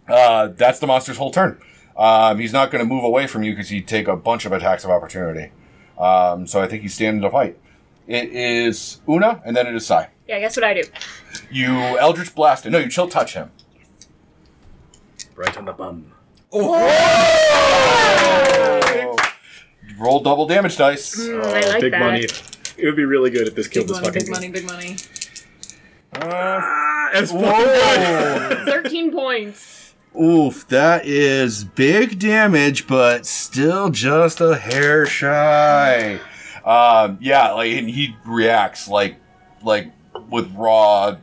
S2: uh, that's the monster's whole turn. Um, he's not going to move away from you because he'd take a bunch of attacks of opportunity. Um, so I think he's standing to fight. It is Una, and then it is Sai.
S5: Yeah, guess what I do?
S2: You Eldritch Blast him. No, you chill touch him.
S1: right on the bum.
S2: Roll double damage dice.
S5: Mm, I like
S1: big
S5: that.
S1: Oh, money. It would be really good if this killed
S3: Big
S1: this
S3: money,
S1: fucking
S3: big money, big money.
S2: Uh,
S1: Ah, it's
S2: whoa.
S5: Thirteen points.
S2: Oof, that is big damage, but still just a hair shy. Um, yeah, like and he reacts like like with raw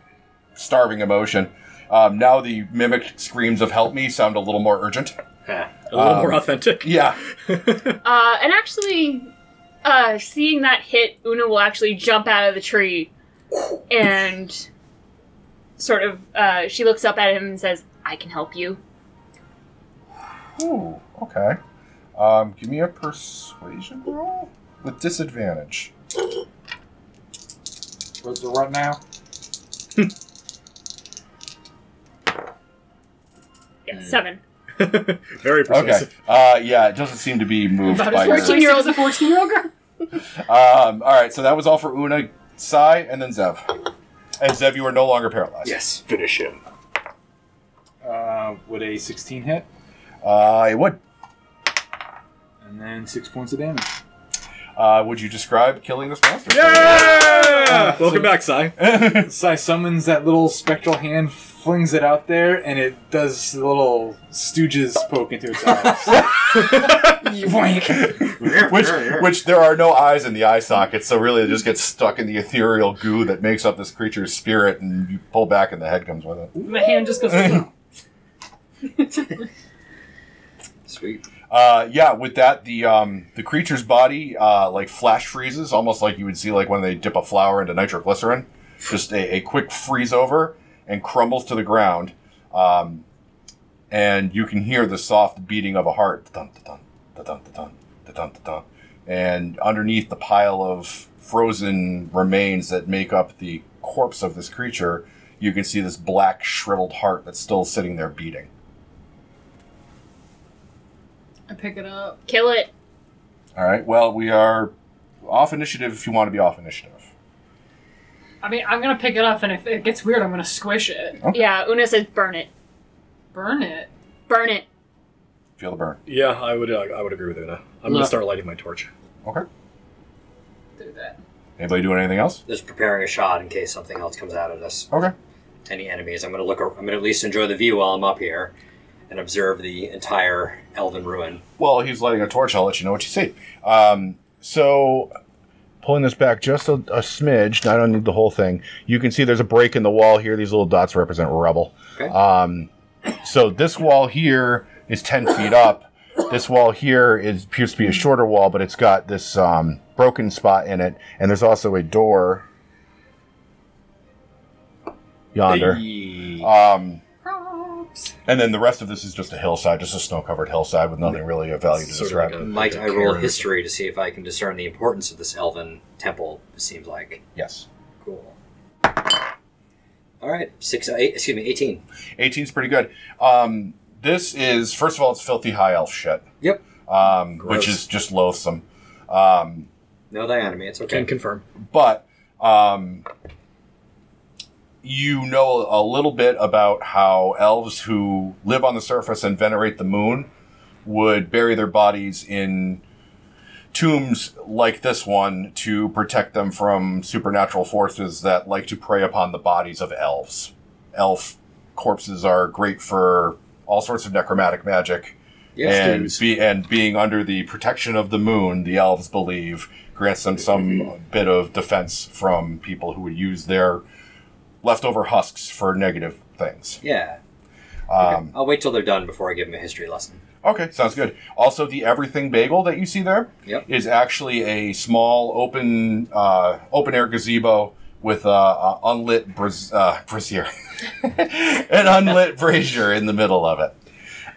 S2: starving emotion. Um, now the mimicked screams of "Help me" sound a little more urgent.
S1: a little
S2: Um,
S1: more authentic.
S2: Yeah,
S5: Uh, and actually, uh, seeing that hit, Una will actually jump out of the tree, and sort of, uh, she looks up at him and says, "I can help you."
S2: Ooh, okay. Um, give me a persuasion roll with disadvantage.
S6: What's the what now?
S5: Yeah, seven.
S1: Very
S2: Okay.
S1: persuasive.
S2: Uh, yeah, it doesn't seem to be moved
S3: About
S2: by
S3: as
S2: your.
S3: 14 year old
S5: fourteen-year-old-
S3: as a 14 year old girl.
S2: Um, all right, so that was all for Una, Sai, and then Zev. And Zev, you are no longer paralyzed.
S4: Yes, finish him.
S6: Uh, would a 16 hit?
S2: Uh, it would.
S6: And then six points of damage.
S2: Uh, would you describe killing this monster?
S1: Yeah! Welcome
S6: So-
S1: back, Sai.
S6: Sai summons that little spectral hand, flings it out there, and it does the little stooges poke into its eyes.
S2: which, which there are no eyes in the eye sockets, so really it just gets stuck in the ethereal goo that makes up this creature's spirit, and you pull back, and the head comes with it.
S3: My hand just goes.
S4: Sweet.
S2: Uh, yeah, with that, the um, the creature's body uh, like flash freezes, almost like you would see like when they dip a flower into nitroglycerin. just a, a quick freeze over and crumbles to the ground. Um, and you can hear the soft beating of a heart. Dun, dun, dun, dun, dun, dun, dun, dun, dun. And underneath the pile of frozen remains that make up the corpse of this creature, you can see this black, shriveled heart that's still sitting there beating.
S3: I pick it up.
S5: Kill it.
S2: All right, well, we are off initiative if you want to be off initiative.
S3: I mean, I'm gonna pick it up, and if it gets weird, I'm gonna squish it,
S5: Yeah, Una says burn it.
S3: burn it.
S5: Burn it.
S2: Feel the burn.
S1: Yeah, I would. Uh, I would agree with Una. I'm
S6: Yeah.
S1: gonna start lighting my torch.
S2: Okay.
S3: Do that.
S2: Anybody doing anything else?
S4: Just preparing a shot in case something else comes out at us.
S2: Okay.
S4: Any enemies? I'm gonna look. ar- I'm gonna at least enjoy the view while I'm up here, and observe the entire elven ruin.
S2: Well, he's lighting a torch. I'll let you know what you see. Um, so, pulling this back just a, a smidge. I don't need the whole thing. You can see there's a break in the wall here. These little dots represent rubble.
S4: Okay.
S2: Um, so this wall here is ten feet up. This wall here is appears to be a shorter wall, but it's got this um, broken spot in it, and there's also a door yonder. Um,
S3: Props.
S2: and then the rest of this is just a hillside, just a snow-covered hillside with nothing really of value to
S1: Sort of
S2: describe.
S1: like a-
S4: Might
S1: like
S4: I
S1: a
S4: roll
S1: carrot.
S4: history to see if I can discern the importance of this elven temple? It seems like
S2: yes.
S4: cool. All right, six, eight, excuse me, eighteen.
S2: 18's pretty good. Um, this is first of all, it's filthy high elf shit,
S4: Yep,
S2: um, which
S1: Gross.
S2: is just loathsome. Um,
S4: no dianemy. It's okay.
S1: Can confirm.
S2: but um, you know a little bit about how elves who live on the surface and venerate the moon would bury their bodies in tombs like this one to protect them from supernatural forces that like to prey upon the bodies of elves. Elf corpses are great for all sorts of necromantic magic
S4: Yes,
S2: and be, and being under the protection of the moon, the elves believe grants them some bit of defense from people who would use their leftover husks for negative things.
S4: yeah.
S2: Um,
S4: I'll wait till they're done before I give them a history lesson.
S2: Okay, sounds good. Also, the everything bagel that you see there is
S4: Yep.
S2: actually a small open uh, open air gazebo with a, a unlit braz- uh, brazier, an unlit brazier in the middle of it.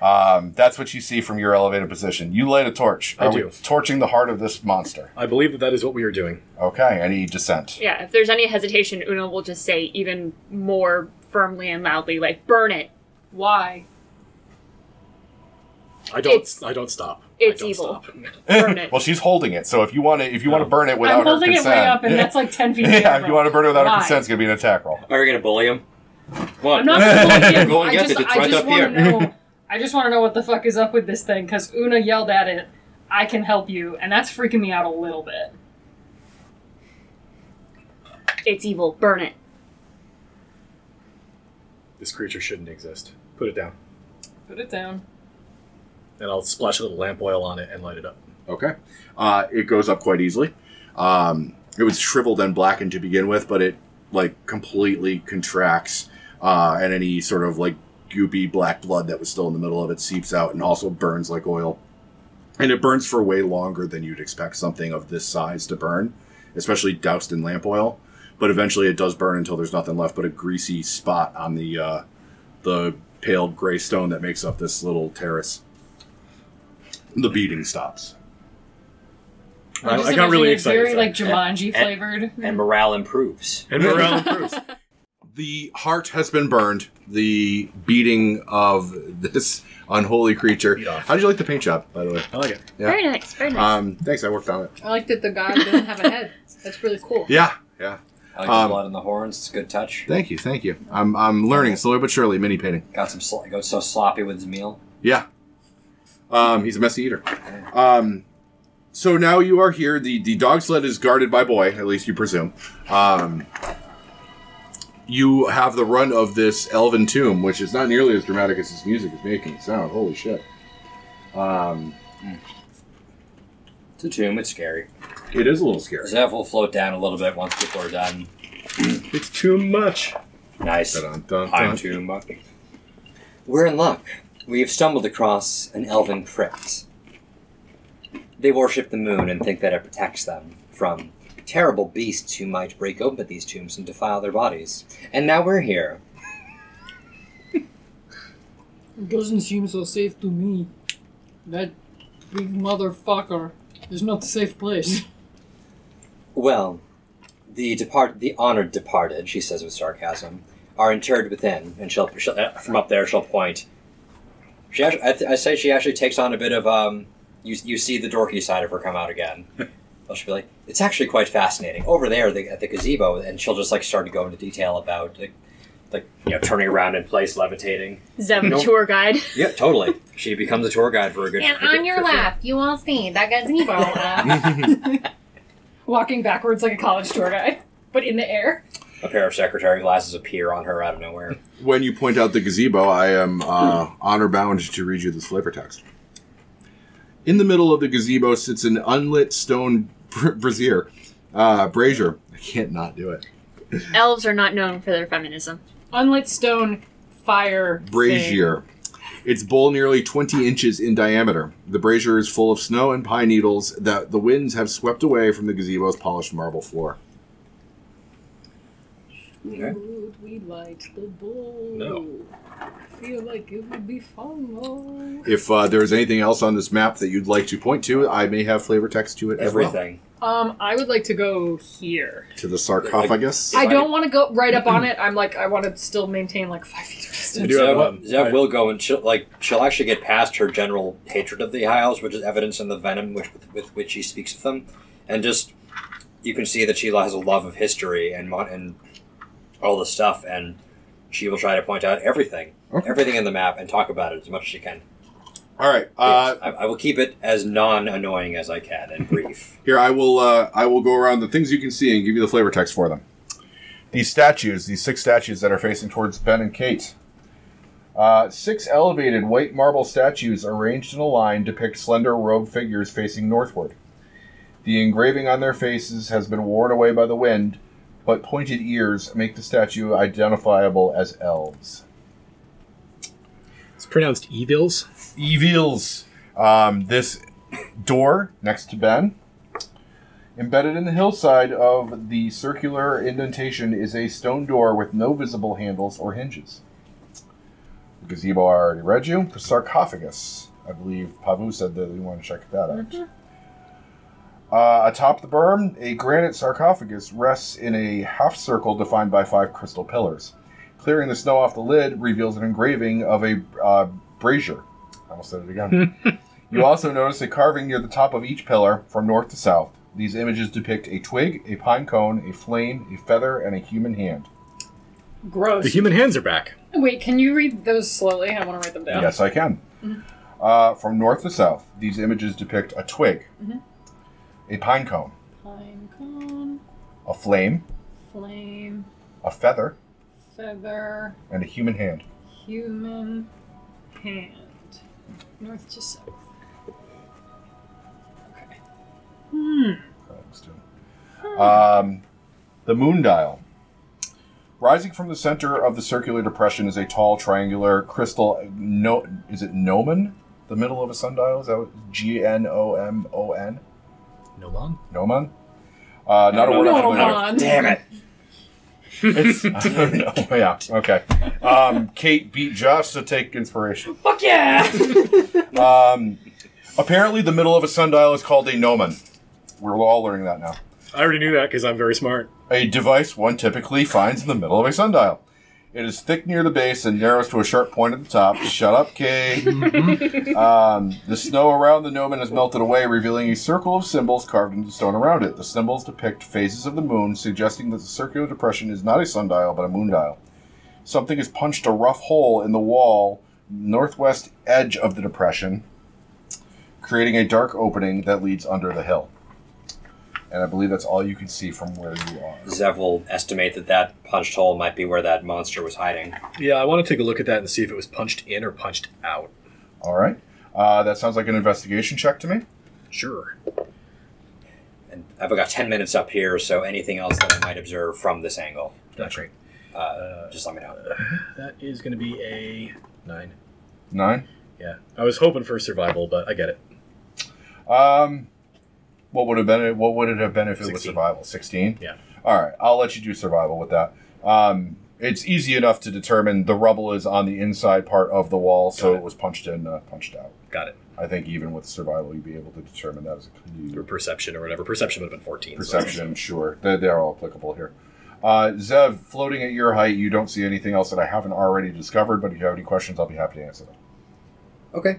S2: Um, that's what you see from your elevated position. You light a torch.
S1: I
S2: Are we
S1: do.
S2: torching the heart of this monster?
S1: I believe that that is what we are doing.
S2: Okay. Any dissent?
S5: Yeah, if there's any hesitation, Una will just say even more firmly and loudly, like, burn it.
S3: Why?
S1: I don't.
S5: It's-
S1: I don't stop.
S5: it's
S1: I don't
S5: evil.
S1: Stop.
S5: Burn it.
S2: well, she's holding it. So if you want to, if you want to burn it without
S3: I'm holding
S2: her
S3: it
S2: consent,
S3: way up, and that's like ten feet.
S2: yeah,
S3: down
S2: if
S3: from-
S2: you want to burn it without her
S3: Why?
S2: consent, it's gonna be an attack roll.
S4: Are you gonna bully him? What?
S3: I'm not gonna bully him.
S4: Go and
S3: I
S4: get
S3: just,
S4: it. It's
S3: I
S4: right
S3: just
S4: up here.
S3: want to know. I just want to know what the fuck is up with this thing because Una yelled at it. I can help you, and that's freaking me out a little bit.
S5: It's evil. Burn it.
S1: This creature shouldn't exist. Put it down,
S3: Put it down.
S1: and I'll splash a little lamp oil on it and light it up.
S2: Okay. Uh, it goes up quite easily. Um, it was shriveled and blackened to begin with, but it like completely contracts, uh, and any sort of like goopy black blood that was still in the middle of it seeps out and also burns like oil. And it burns for way longer than you'd expect something of this size to burn, especially doused in lamp oil. But eventually, it does burn until there's nothing left but a greasy spot on the uh, the pale gray stone that makes up this little terrace. The beating stops.
S1: I-
S3: I'm just
S1: I got really
S3: imagining
S1: excited,
S3: Very
S1: so-
S3: like Jumanji flavored.
S4: and morale improves.
S1: And morale improves.
S2: The heart has been burned. The beating of this unholy creature.
S1: Yeah.
S2: How did you like the paint job, by the way?
S1: I like it.
S2: Yeah.
S5: Very nice. Very nice.
S2: Um, thanks, I worked on it.
S7: I like that the god doesn't have a head. That's really cool.
S2: Yeah, yeah.
S4: I like
S2: Um,
S4: the blood on the horns. It's a good touch.
S2: Thank you, thank you. I'm I'm learning slowly but surely, mini painting.
S4: Got some. Sl- got so sloppy with his meal.
S2: Yeah. Um, he's a messy eater. Um, so now you are here. The the dog sled is guarded by boy, at least you presume. Um, you have the run of this elven tomb, which is not nearly as dramatic as this music is making it sound. Holy shit. Um,
S4: It's a tomb. It's scary.
S2: it is a little scary.
S4: Zev will float down a little bit once people are done.
S1: It's too much.
S4: Nice.
S2: Dun, dun,
S4: I'm
S2: dun.
S4: too much. We're in luck. We've stumbled across an elven crypt. They worship the moon and think that it protects them from terrible beasts who might break open these tombs and defile their bodies. And now we're here.
S7: It doesn't seem so safe to me. That big motherfucker is not a safe place.
S4: Well, the depart, the honored departed, she says with sarcasm, are interred within, and she'll, she'll uh, from up there she'll point. She, actually, I, th- I say she actually takes on a bit of um. You you see the dorky side of her come out again. well, she'll be like, it's actually quite fascinating over there the, at the gazebo, and she'll just like start to go into detail about like, like you know turning around in place, levitating.
S5: Zem,
S4: Nope.
S5: tour guide.
S4: Yeah, totally. she becomes a tour guide for a good.
S8: And
S4: a good-
S8: on your
S4: for free.
S8: left, you will see that gazebo. uh,
S3: Walking backwards like a college tour guide, but in the air.
S4: a pair of secretary glasses appear on her out of nowhere.
S2: When you point out the gazebo, I am uh, honor bound to read you this flavor text. In the middle of the gazebo sits an unlit stone br- brazier. Uh, brazier. I can't not do it.
S5: Elves are not known for their feminism.
S3: Unlit stone, fire. thing.
S2: Brazier. Its bowl nearly 20 inches in diameter. The brazier is full of snow and pine needles that the winds have swept away from the gazebo's polished marble floor.
S7: We
S4: Okay.
S7: would we like the bowl?
S1: No.
S7: Feel like it would be fun though.
S2: If uh, there is anything else on this map that you'd like to point to, I may have flavor text to it as well.
S4: Everything.
S3: Um, I would like to go here.
S2: To the sarcophagus.
S3: I don't want to go right up on it. I'm like, I want to still maintain like five feet of
S1: I
S3: distance.
S1: do have
S4: Zev,
S1: one.
S4: Zev will go and she'll like she'll actually get past her general hatred of the Hiles, which is evidence in the venom which, with, with which she speaks of them, and just you can see that she has a love of history and mon- and all the stuff, and she will try to point out everything,
S2: Okay.
S4: everything in the map, and talk about it as much as she can.
S2: All right. Uh,
S4: I, I will keep it as non-annoying as I can and brief.
S2: Here, I will. Uh, I will go around the things you can see and give you the flavor text for them. These statues, these six statues that are facing towards Ben and Kate. Uh, six elevated white marble statues arranged in a line depict slender robed figures facing northward. The engraving on their faces has been worn away by the wind, but pointed ears make the statue identifiable as elves.
S1: It's pronounced evils.
S2: Evils. Um, this door next to Ben, embedded in the hillside of the circular indentation, is a stone door with no visible handles or hinges. The gazebo I already read you. The sarcophagus. I believe Pavu said that we want to check that out. Uh, atop the berm, a granite sarcophagus rests in a half circle defined by five crystal pillars. Clearing the snow off the lid reveals an engraving of a uh, brazier. I almost said it again. you also notice a carving near the top of each pillar from north to south. These images depict a twig, a pine cone, a flame, a feather, and a human hand.
S3: Gross.
S1: The human hands are back.
S3: Wait, can you read those slowly? I want to write them down.
S2: Yes, I can. Uh, from north to south, these images depict a twig, a pine cone,
S7: Pine cone,
S2: a flame,
S7: flame,
S2: a feather,
S7: feather,
S2: and a human hand.
S7: human hand. North to south. Hmm.
S2: Thanks, Tim. Um, the moon dial. Rising from the center of the circular depression is a tall triangular crystal. No, is it gnomon? The middle of a sundial is that G N O M O N?
S1: No long.
S2: Gnomon. Uh, not a word. I'm familiar with.
S3: on.
S4: Damn it!
S2: It's, oh, yeah. Okay. Um, Kate beat Josh to take inspiration.
S3: Fuck yeah!
S2: Um, apparently, the middle of a sundial is called a gnomon. We're all learning that now.
S1: I already knew that because I'm very smart.
S2: a device one typically finds in the middle of a sundial. It is thick near the base and narrows to a sharp point at the top. Shut up, Kate. um, the snow around the gnomon has melted away, revealing a circle of symbols carved into stone around it. The symbols depict phases of the moon, suggesting that the circular depression is not a sundial but a moon dial. Something has punched a rough hole in the wall northwest edge of the depression, creating a dark opening that leads under the hill. And I believe that's all you can see from where you are.
S4: Zev will estimate that that punched hole might be where that monster was hiding.
S1: Yeah, I want to take a look at that and see if it was punched in or punched out.
S2: All right. Uh, that sounds like an investigation check to me.
S1: Sure.
S4: and I've got 10 minutes up here, so anything else that I might observe from this angle,
S1: That's great.
S4: uh, just let me know.
S1: That is going to be a nine.
S2: Nine.
S1: Yeah, I was hoping for survival, but I get it.
S2: Um, What would have been? What would it have been if it was
S1: 16.
S2: survival? Sixteen.
S1: Yeah.
S2: All right, I'll let you do survival with that. Um, it's easy enough to determine the rubble is on the inside part of the wall, so
S1: Got it.
S2: it was punched in, uh, punched out.
S1: Got it.
S2: I think even with survival, you'd be able to determine that as a clue.
S1: Or perception or whatever. Perception would have been 14. so-
S2: Perception, sure. They're, they're all applicable here. Uh, Zev, floating at your height, you don't see anything else that I haven't already discovered, but if you have any questions, I'll be happy to answer them.
S4: Okay.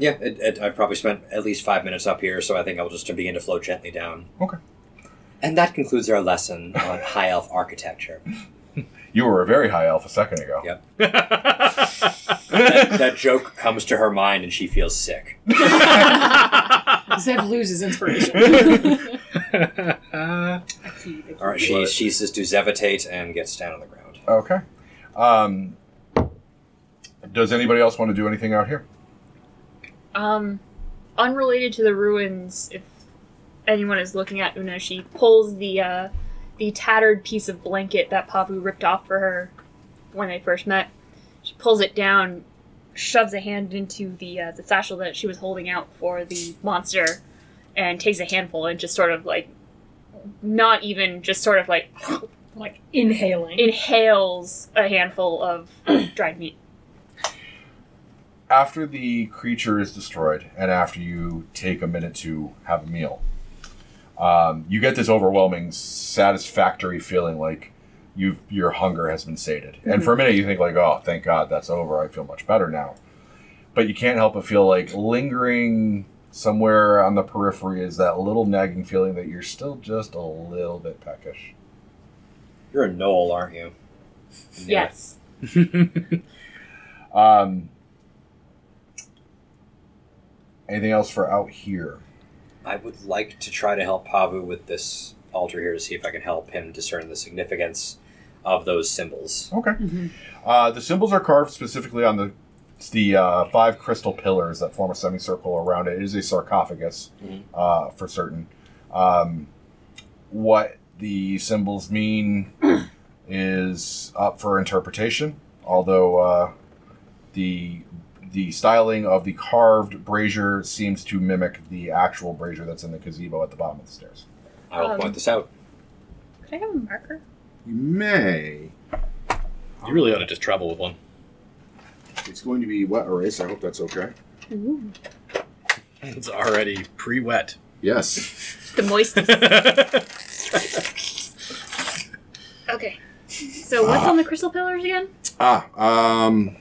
S4: Yeah, it, it, I've probably spent at least five minutes up here, so I think I'll just begin to float gently down.
S2: Okay.
S4: And that concludes our lesson on high elf architecture.
S2: You were a very high elf a second ago.
S4: Yep. That, that joke comes to her mind, and she feels sick.
S3: Zev loses inspiration.
S4: All right, she she says to zevitate and gets down on the ground.
S2: Okay. Um, does anybody else want to do anything out here?
S5: Um, unrelated to the ruins, if anyone is looking at Una, she pulls the uh, the tattered piece of blanket that Pavu ripped off for her when they first met. She pulls it down, shoves a hand into the uh, the satchel that she was holding out for the monster, and takes a handful and just sort of like, not even just sort of like
S3: like inhaling.
S5: inhales a handful of dried meat.
S2: After the creature is destroyed, and after you take a minute to have a meal, um, you get this overwhelming, satisfactory feeling like you've, your hunger has been sated. And for a minute, you think like, "Oh, thank God, that's over. I feel much better now." But you can't help but feel like lingering somewhere on the periphery is that little nagging feeling that you're still just a little bit peckish.
S4: You're a knoll, aren't you?
S5: Yes.
S2: Um, anything else for out here?
S4: I would like to try to help Pavu with this altar here to see if I can help him discern the significance of those symbols.
S2: Okay. Uh, the symbols are carved specifically on the it's the uh, five crystal pillars that form a semicircle around it. It is a sarcophagus
S4: Mhm.
S2: uh, for certain. Um, what the symbols mean is up for interpretation, although uh, the the styling of the carved brazier seems to mimic the actual brazier that's in the gazebo at the bottom of the stairs.
S4: I will
S5: Um,
S4: point this out.
S5: Could I have a marker?
S2: You may.
S1: You really ought to just travel with one.
S2: It's going to be wet erase. I hope that's okay.
S5: Ooh.
S1: It's already pre wet.
S2: Yes.
S5: The moist
S1: They're
S5: Okay. So what's on the crystal pillars again?
S2: Ah, um,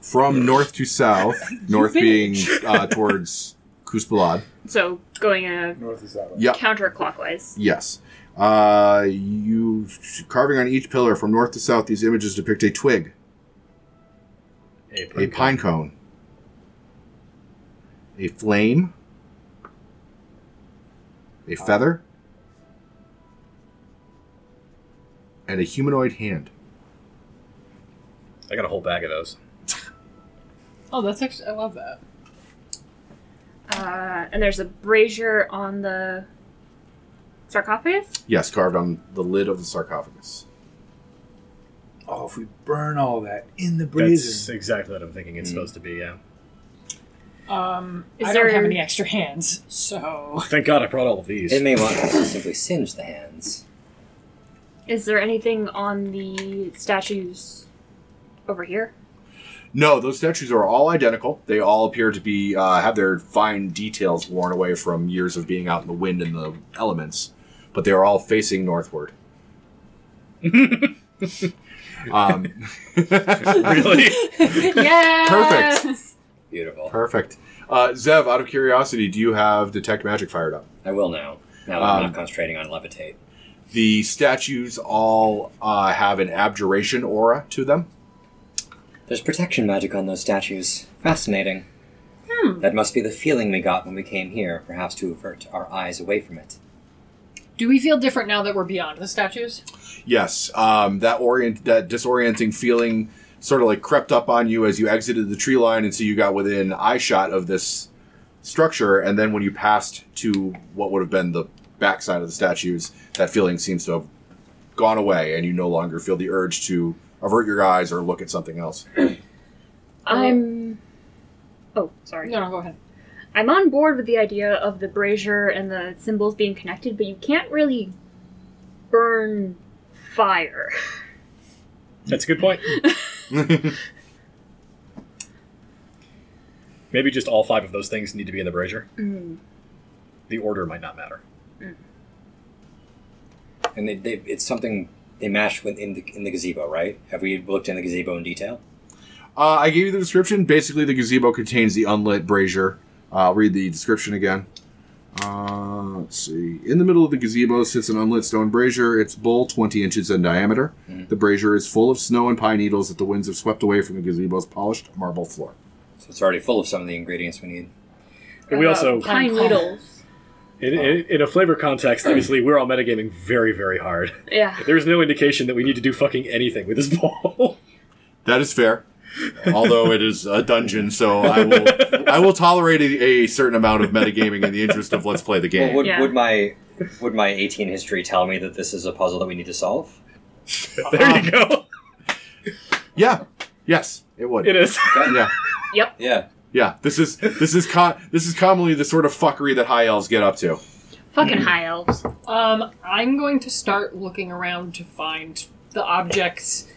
S2: from north to south, north being uh, towards Kuspalad.
S5: So going a
S6: North is that way.
S2: Yep.
S5: counterclockwise.
S2: Yes. Uh, you carving on each pillar from north to south. These images depict a twig, a pine cone, a flame, a feather, and a humanoid hand.
S1: I got a whole bag of those.
S7: Oh, that's actually I love that.
S5: Uh, and there's a brazier on the sarcophagus.
S2: Yes, carved on the lid of the sarcophagus.
S6: Oh, if we burn all that in the
S1: That's
S6: brazier.
S1: exactly what I'm thinking it's supposed to be, yeah.
S7: Um,
S5: Is
S7: I
S5: there-
S7: don't have any extra hands, so
S1: Thank God I brought all of these.
S4: It may want to simply singe the hands.
S5: Is there anything on the statues over here?
S2: No, those statues are all identical. They all appear to be uh, have their fine details worn away from years of being out in the wind and the elements, but they are all facing northward. um,
S1: really?
S5: yeah. Perfect.
S4: Beautiful.
S2: perfect. Uh, Zev, out of curiosity, do you have detect magic fired up?
S4: I will now. Now that I'm
S2: Um,
S4: not concentrating on levitate.
S2: The statues all uh, have an abjuration aura to them.
S4: There's protection magic on those statues. Fascinating.
S5: Hmm.
S4: That must be the feeling we got when we came here, perhaps to avert our eyes away from it.
S3: Do we feel different now that we're beyond the statues?
S2: Yes, um, that orient that disorienting feeling sort of like crept up on you as you exited the tree line, and so you got within eye shot of this structure. And then when you passed to what would have been the backside of the statues, that feeling seems to have gone away, and you no longer feel the urge to avert your eyes or
S5: Um,
S2: look at something else.
S5: I'm. Oh, sorry.
S3: No, no, go ahead.
S5: I'm on board with the idea of the brazier and the symbols being connected, but you can't really burn fire.
S1: That's a good point. Maybe just all five of those things need to be in the brazier. The order might not matter.
S4: And they, they, it's something they matched with in the in the gazebo, right? Have we looked in the gazebo in detail?
S2: Uh, I gave you the description. Basically, the gazebo contains the unlit brazier. Uh, I'll read the description again. Uh, let's see. In the middle of the gazebo sits an unlit stone brazier, its bowl 20 inches in diameter. The brazier is full of snow and pine needles that the winds have swept away from the gazebo's polished marble floor.
S4: So it's already full of some of the ingredients we need.
S1: And we also,
S5: Pine
S8: Pine
S5: needles.
S1: in, in, in a flavor context, obviously, we're all metagaming very, very hard.
S5: Yeah.
S1: There's no indication that we need to do fucking anything with this ball.
S2: That is fair. Although it is a dungeon, so I will I will tolerate a, a certain amount of metagaming in the interest of let's play the
S4: Well,
S2: game.
S4: would,
S5: Yeah.
S4: would my would my 18 history tell me that this is a puzzle that we need to solve?
S1: there you go.
S2: yeah. Yes, it would.
S1: It is.
S2: Yeah.
S4: Yeah.
S2: Yeah. This is this is co- this is commonly the sort of fuckery that high elves get up to.
S5: Fucking high elves.
S3: Um, I'm going to start looking around to find the objects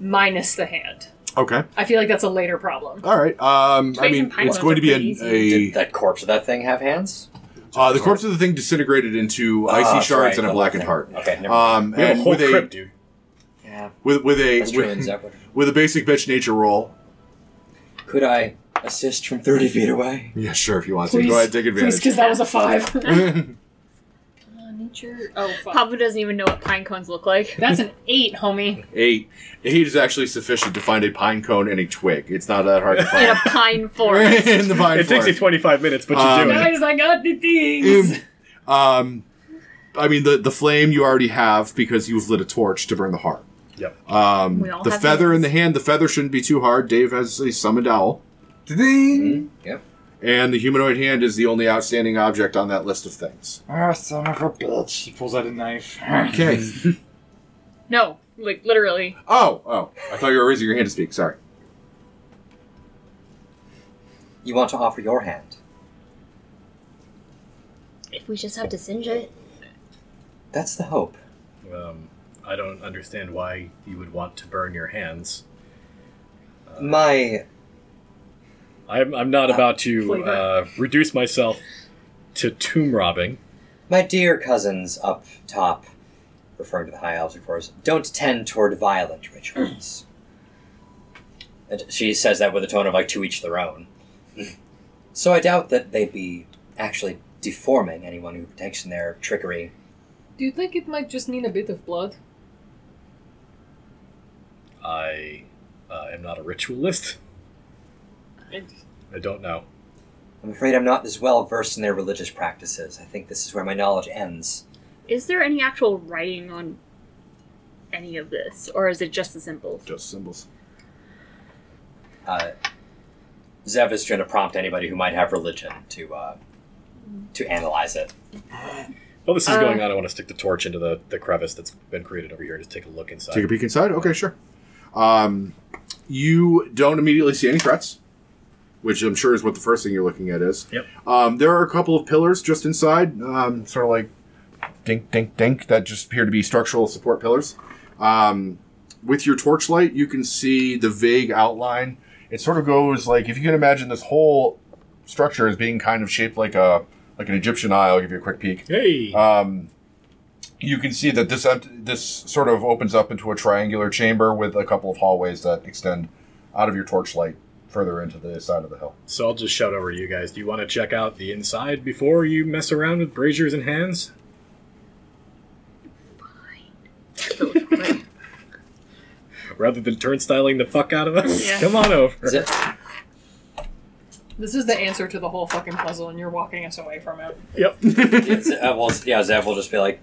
S3: minus the hand.
S2: Okay.
S3: I feel like that's a later problem.
S2: All right. Um, I
S5: and
S2: mean,
S5: pine
S2: it's
S5: cones
S2: going to
S5: are
S2: be
S5: pretty
S2: a,
S4: Did
S2: a
S4: that corpse of that thing have hands?
S2: uh, the corpse of the thing disintegrated into
S4: Ah,
S2: icy
S4: that's
S2: shards
S4: right,
S2: and a
S4: the
S2: blackened
S4: thing.
S2: heart.
S4: Okay, never mind.
S2: Um,
S1: We have
S2: and
S1: a whole
S2: with
S1: crypt,
S2: a
S1: dude.
S4: Uh, Yeah,
S2: with with
S4: that's
S2: a
S4: true. and
S2: with,
S4: Zephyr.
S2: with a basic bitch nature roll.
S4: Could I assist from 30 feet away?
S2: Yeah, sure. If you want to,
S3: Please.
S2: go ahead, take
S3: Please,
S2: advantage.
S3: because that was a five. Uh, nature. Oh, fuck.
S5: Papa doesn't even know what pine cones look like.
S3: That's an eight, homie.
S2: Eight. Eight is actually sufficient to find a pine cone and a twig. It's not that hard to
S5: In a
S2: find.
S5: pine forest.
S2: in the pine
S1: It takes you
S2: forest.
S1: 25 minutes, but you
S2: Um,
S1: do it.
S3: Guys, I got the things.
S2: Um, um, I mean, the the flame you already have because you've lit a torch to burn the heart.
S1: Yep.
S2: Um,
S5: We all
S2: the
S5: have
S2: feather
S5: those.
S2: in the hand. The feather shouldn't be too hard. Dave has a summoned owl,
S6: Ding!
S4: Yep.
S2: and the humanoid hand is the only outstanding object on that list of things.
S6: Ah, son of a bitch. He pulls out a knife.
S2: Okay.
S5: No, like literally.
S2: oh, oh. I thought you were raising your hand to speak. Sorry.
S4: You want to offer your hand?
S8: If we just have to singe it.
S4: That's the hope.
S1: Um, I don't understand why you would want to burn your hands.
S4: My
S1: I'm, I'm not about to
S3: flavor.
S1: uh, reduce myself to tomb robbing.
S4: my dear cousins up top, referring to the high elves, of course, don't tend toward violent rituals. and she says that with a tone of like to each their own. so I doubt that they'd be actually deforming anyone who takes in their trickery.
S3: Do you think it might just need a bit of blood?
S1: I uh, am not a ritualist. I don't know.
S4: I'm afraid I'm not as well versed in their religious practices. I think this is where my knowledge ends.
S5: Is there any actual writing on any of this, or is it just the symbols?
S2: Just symbols.
S4: Uh, Zev is going to prompt anybody who might have religion to uh, to analyze it.
S1: While this is
S5: Uh,
S1: going on, I want to stick the torch into the, the crevice that's been created over here and just take a look inside.
S2: Take a peek inside. Okay, sure. Um, you don't immediately see any threats, which I'm sure is what the first thing you're looking at is.
S1: Yep.
S2: Um, there are a couple of pillars just inside, um, sort of like dink, dink, dink, that just appear to be structural support pillars. Um, with your torchlight, you can see the vague outline. It sort of goes like if you can imagine this whole structure as being kind of shaped like a like an Egyptian eye. I'll give you a quick peek.
S1: hey!
S2: Um, you can see that this empt- this sort of opens up into a triangular chamber with a couple of hallways that extend out of your torchlight further into the side of the hill.
S1: so I'll just shout over to you guys. Do you want to check out the inside before you mess around with braziers and hands? Rather than turnstiling the fuck out of us,
S5: Yeah.
S1: come on over.
S4: Zev,
S3: This is the answer to the whole fucking puzzle, and you're walking us away from it.
S1: Yep.
S4: It's, uh, well, yeah, Zev will just be like,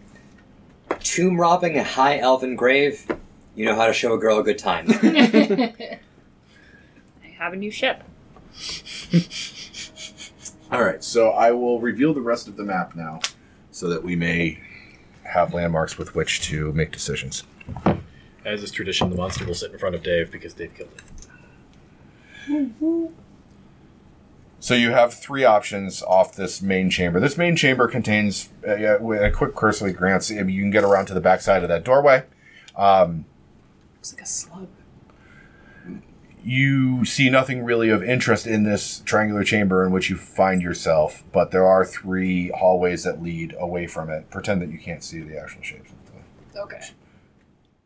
S4: tomb robbing a high elven grave. You know how to show a girl a good time.
S5: I have a new ship.
S2: All right, so I will reveal the rest of the map now, so that we may have landmarks with which to make decisions.
S1: As is tradition, the monster will sit in front of Dave because Dave killed it.
S2: So you have three options off this main chamber. This main chamber contains uh, yeah, with a quick cursory glance. I mean, you can get around to the backside of that doorway. Um,
S7: It's like a slug.
S2: you see nothing really of interest in this triangular chamber in which you find yourself, but there are three hallways that lead away from it. Pretend that you can't see the actual shapes. of the-
S3: Okay.